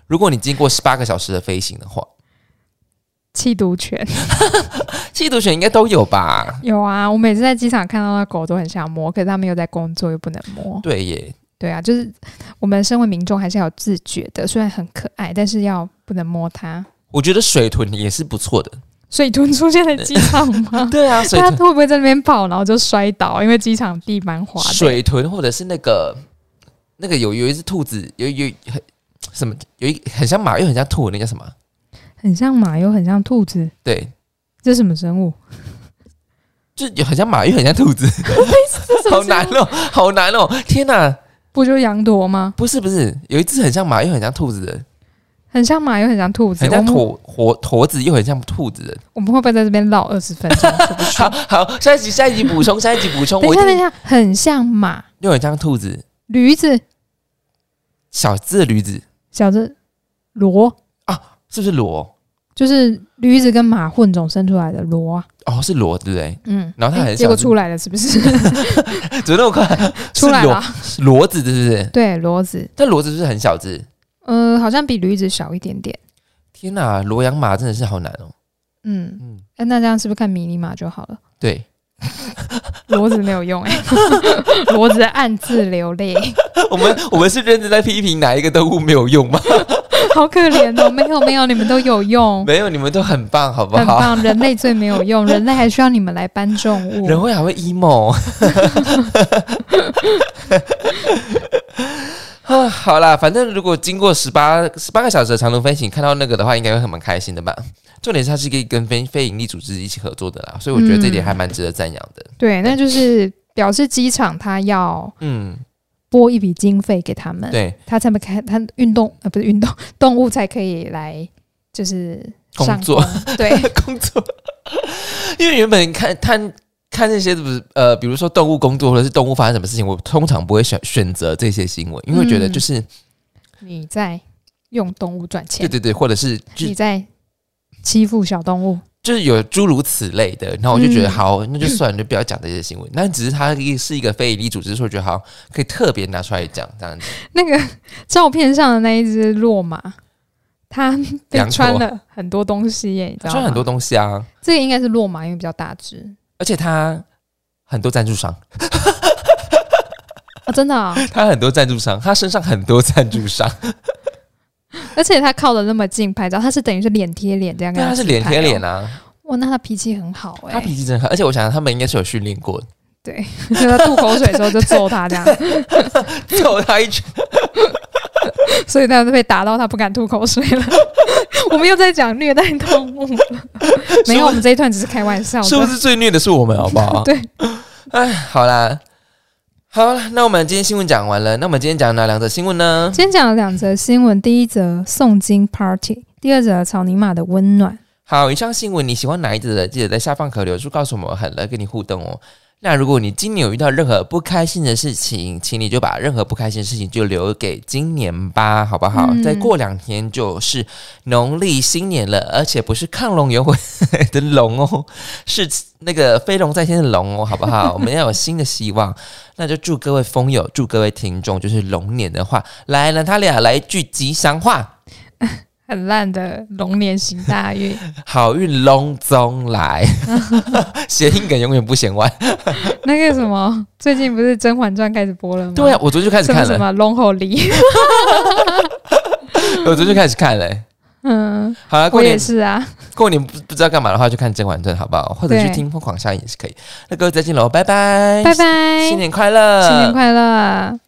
Speaker 2: 如果你经过十八个小时的飞行的话，
Speaker 1: 气毒犬。
Speaker 2: 吸毒犬应该都有吧？
Speaker 1: 有啊，我每次在机场看到那狗都很想摸，可是他们又在工作，又不能摸。
Speaker 2: 对耶，
Speaker 1: 对啊，就是我们身为民众还是要有自觉的，虽然很可爱，但是要不能摸它。
Speaker 2: 我觉得水豚也是不错的。
Speaker 1: 水豚出现在机场吗？
Speaker 2: 对啊，水
Speaker 1: 它
Speaker 2: 豚、
Speaker 1: 会不会在那边跑，然后就摔倒？因为机场地蛮滑的。
Speaker 2: 水豚或者是那个那个有有一只兔子，有有很什么有一很像马又很像兔，那叫什么？
Speaker 1: 很像马，又很像兔子，
Speaker 2: 对，
Speaker 1: 这是什么生物？
Speaker 2: 就有很像马又很像兔子，
Speaker 1: 这是
Speaker 2: 好难哦，好难哦！天哪，
Speaker 1: 不就羊驼吗？
Speaker 2: 不是不是，有一只很像马又很像兔子的，
Speaker 1: 很像马，又很像兔子。
Speaker 2: 很
Speaker 1: 我
Speaker 2: 像
Speaker 1: 们
Speaker 2: 驼驼驼子又很像兔子的。
Speaker 1: 我们会不会在这边唠二十分 钟？说不
Speaker 2: 好
Speaker 1: 出
Speaker 2: 好，下一集下一集补充，下一集补充。
Speaker 1: 等
Speaker 2: 我
Speaker 1: 一
Speaker 2: 一
Speaker 1: 下，等一
Speaker 2: 定
Speaker 1: 下，很像马、
Speaker 2: 又很像兔子，
Speaker 1: 驴子、
Speaker 2: 小只的驴子
Speaker 1: 小子、骡。
Speaker 2: 是不是螺？
Speaker 1: 就是驴子跟马混种生出来的骡啊，
Speaker 2: 哦，是螺，对不对？
Speaker 1: 嗯，
Speaker 2: 然后它
Speaker 1: 诶
Speaker 2: 很
Speaker 1: 结果
Speaker 2: 小只
Speaker 1: 出来了，是不 是？
Speaker 2: 怎么那么快？
Speaker 1: 出来了，
Speaker 2: 是螺螺子，对不对？
Speaker 1: 对，骡子，
Speaker 2: 但螺子是不是很小只？
Speaker 1: 呃，好像比驴子小一点点，
Speaker 2: 天哪，罗阳马真的是好难哦。
Speaker 1: 嗯，
Speaker 2: 嗯，
Speaker 1: 诶那这样是不是看迷你马就好了？
Speaker 2: 对，
Speaker 1: 骡子没有 用哎、骡子暗自流泪，
Speaker 2: 我 们我们是认真在批评哪一个动物没有 用吗？
Speaker 1: 好可怜哦。没有没有，你们都有用，
Speaker 2: 没有，你们都很棒，好不
Speaker 1: 很
Speaker 2: 好？
Speaker 1: 棒，人类最没有用，人类还需要你们来搬重
Speaker 2: 人
Speaker 1: 物。
Speaker 2: 会还会 emo。啊，好啦，反正如果经过十八十八个小时的长途飞行，看到那个的话，应该会很蛮开心的吧？重点是它是可以跟非非盈利组织一起合作的啦，所以我觉得这点还蛮值得赞扬的。
Speaker 1: 对，那就是表示机场它要
Speaker 2: 嗯，
Speaker 1: 拨一笔经费给他们，
Speaker 2: 对，
Speaker 1: 他才不开，他运动呃不是运动，动物才可以来就是
Speaker 2: 工
Speaker 1: 上
Speaker 2: 作
Speaker 1: 工对，
Speaker 2: 工作， 因为原本看看看那些不是呃，比如说动物工作或者是动物发生什么事情，我通常不会选选择这些新闻，因为我觉得就是、
Speaker 1: 嗯你在用动物赚
Speaker 2: 对
Speaker 1: 钱，
Speaker 2: 对对，或者是就
Speaker 1: 你在欺负小动物，
Speaker 2: 就是有诸如此类的，然后我就觉得、
Speaker 1: 嗯
Speaker 2: 好，那就算了，就不要讲这些新闻。那只是它一是一个非营利组织，所以我觉得好可以特别拿出来讲这样子。
Speaker 1: 那个照片上的那一只骆马，它被
Speaker 2: 羊驼
Speaker 1: 穿了很多东西耶，你知
Speaker 2: 它
Speaker 1: 道
Speaker 2: 穿
Speaker 1: 吗？
Speaker 2: 很多东西啊，
Speaker 1: 这个应该是骆马，因为比较大只
Speaker 2: 而且它很多赞助商，
Speaker 1: 啊，真的啊、
Speaker 2: 它很多赞助商，它身上很多赞助商，
Speaker 1: 而且它靠的那么近拍照，它是等于是脸贴脸这样
Speaker 2: 因
Speaker 1: 跟它
Speaker 2: 为啊它是脸
Speaker 1: 自拍
Speaker 2: 贴
Speaker 1: 哦
Speaker 2: 脸啊，
Speaker 1: 哇，那它脾气很好哎、
Speaker 2: 它脾气真的好，而且我想他们应该是有训练过的。
Speaker 1: 对，就他吐口水的时候就揍他 这样，
Speaker 2: 揍他一拳。
Speaker 1: 所以他就被打到他不敢吐口水 了。我们又在讲虐待动物 了，没有，我们这一段只是开玩笑
Speaker 2: 是不
Speaker 1: 的。
Speaker 2: 是最虐的是我们，好不好？
Speaker 1: 对，
Speaker 2: 哎，好啦，好啦，那我们今天新闻讲完了，那我们今天讲哪两则新闻呢？
Speaker 1: 今天讲了两则新闻，第一则诵经 party，第二则草泥马的温暖。
Speaker 2: 好，以上新闻你喜欢哪一则的？记得在下方可留言处告诉我们，很乐意跟你互动哦。那如果你今年有遇到任何不开心的事情，请你就把任何不开心的事情就留给今年吧，好不好？
Speaker 1: 嗯
Speaker 2: 再过两天就是农历新年了，而且不是亢龙有悔的龙哦，是那个飞龙在天的龙哦，好不好？我们要有新的希望，那就祝各位风友，祝各位听众，就是龙年的话，来，让他俩来一句吉祥话，
Speaker 1: 很烂的龙年行大运，
Speaker 2: 好运龙中来， 谐音梗永远不嫌完。
Speaker 1: 那个什么，最近不是《甄嬛传》开始播了吗？
Speaker 2: 对啊，我昨天就开始
Speaker 1: 什么
Speaker 2: 看
Speaker 1: 什
Speaker 2: 了，
Speaker 1: 么龙吼 梨，
Speaker 2: 我昨天就开始看了、
Speaker 1: 嗯，
Speaker 2: 好了，过
Speaker 1: 我也
Speaker 2: 年
Speaker 1: 是啊，
Speaker 2: 过年不不知道干嘛的话，就看《甄嬛传》好不好？或者去
Speaker 1: 对
Speaker 2: 听《疯狂效应》也是可以。那各位再见喽，拜拜，
Speaker 1: 拜拜，
Speaker 2: 新年快乐，
Speaker 1: 新年快乐。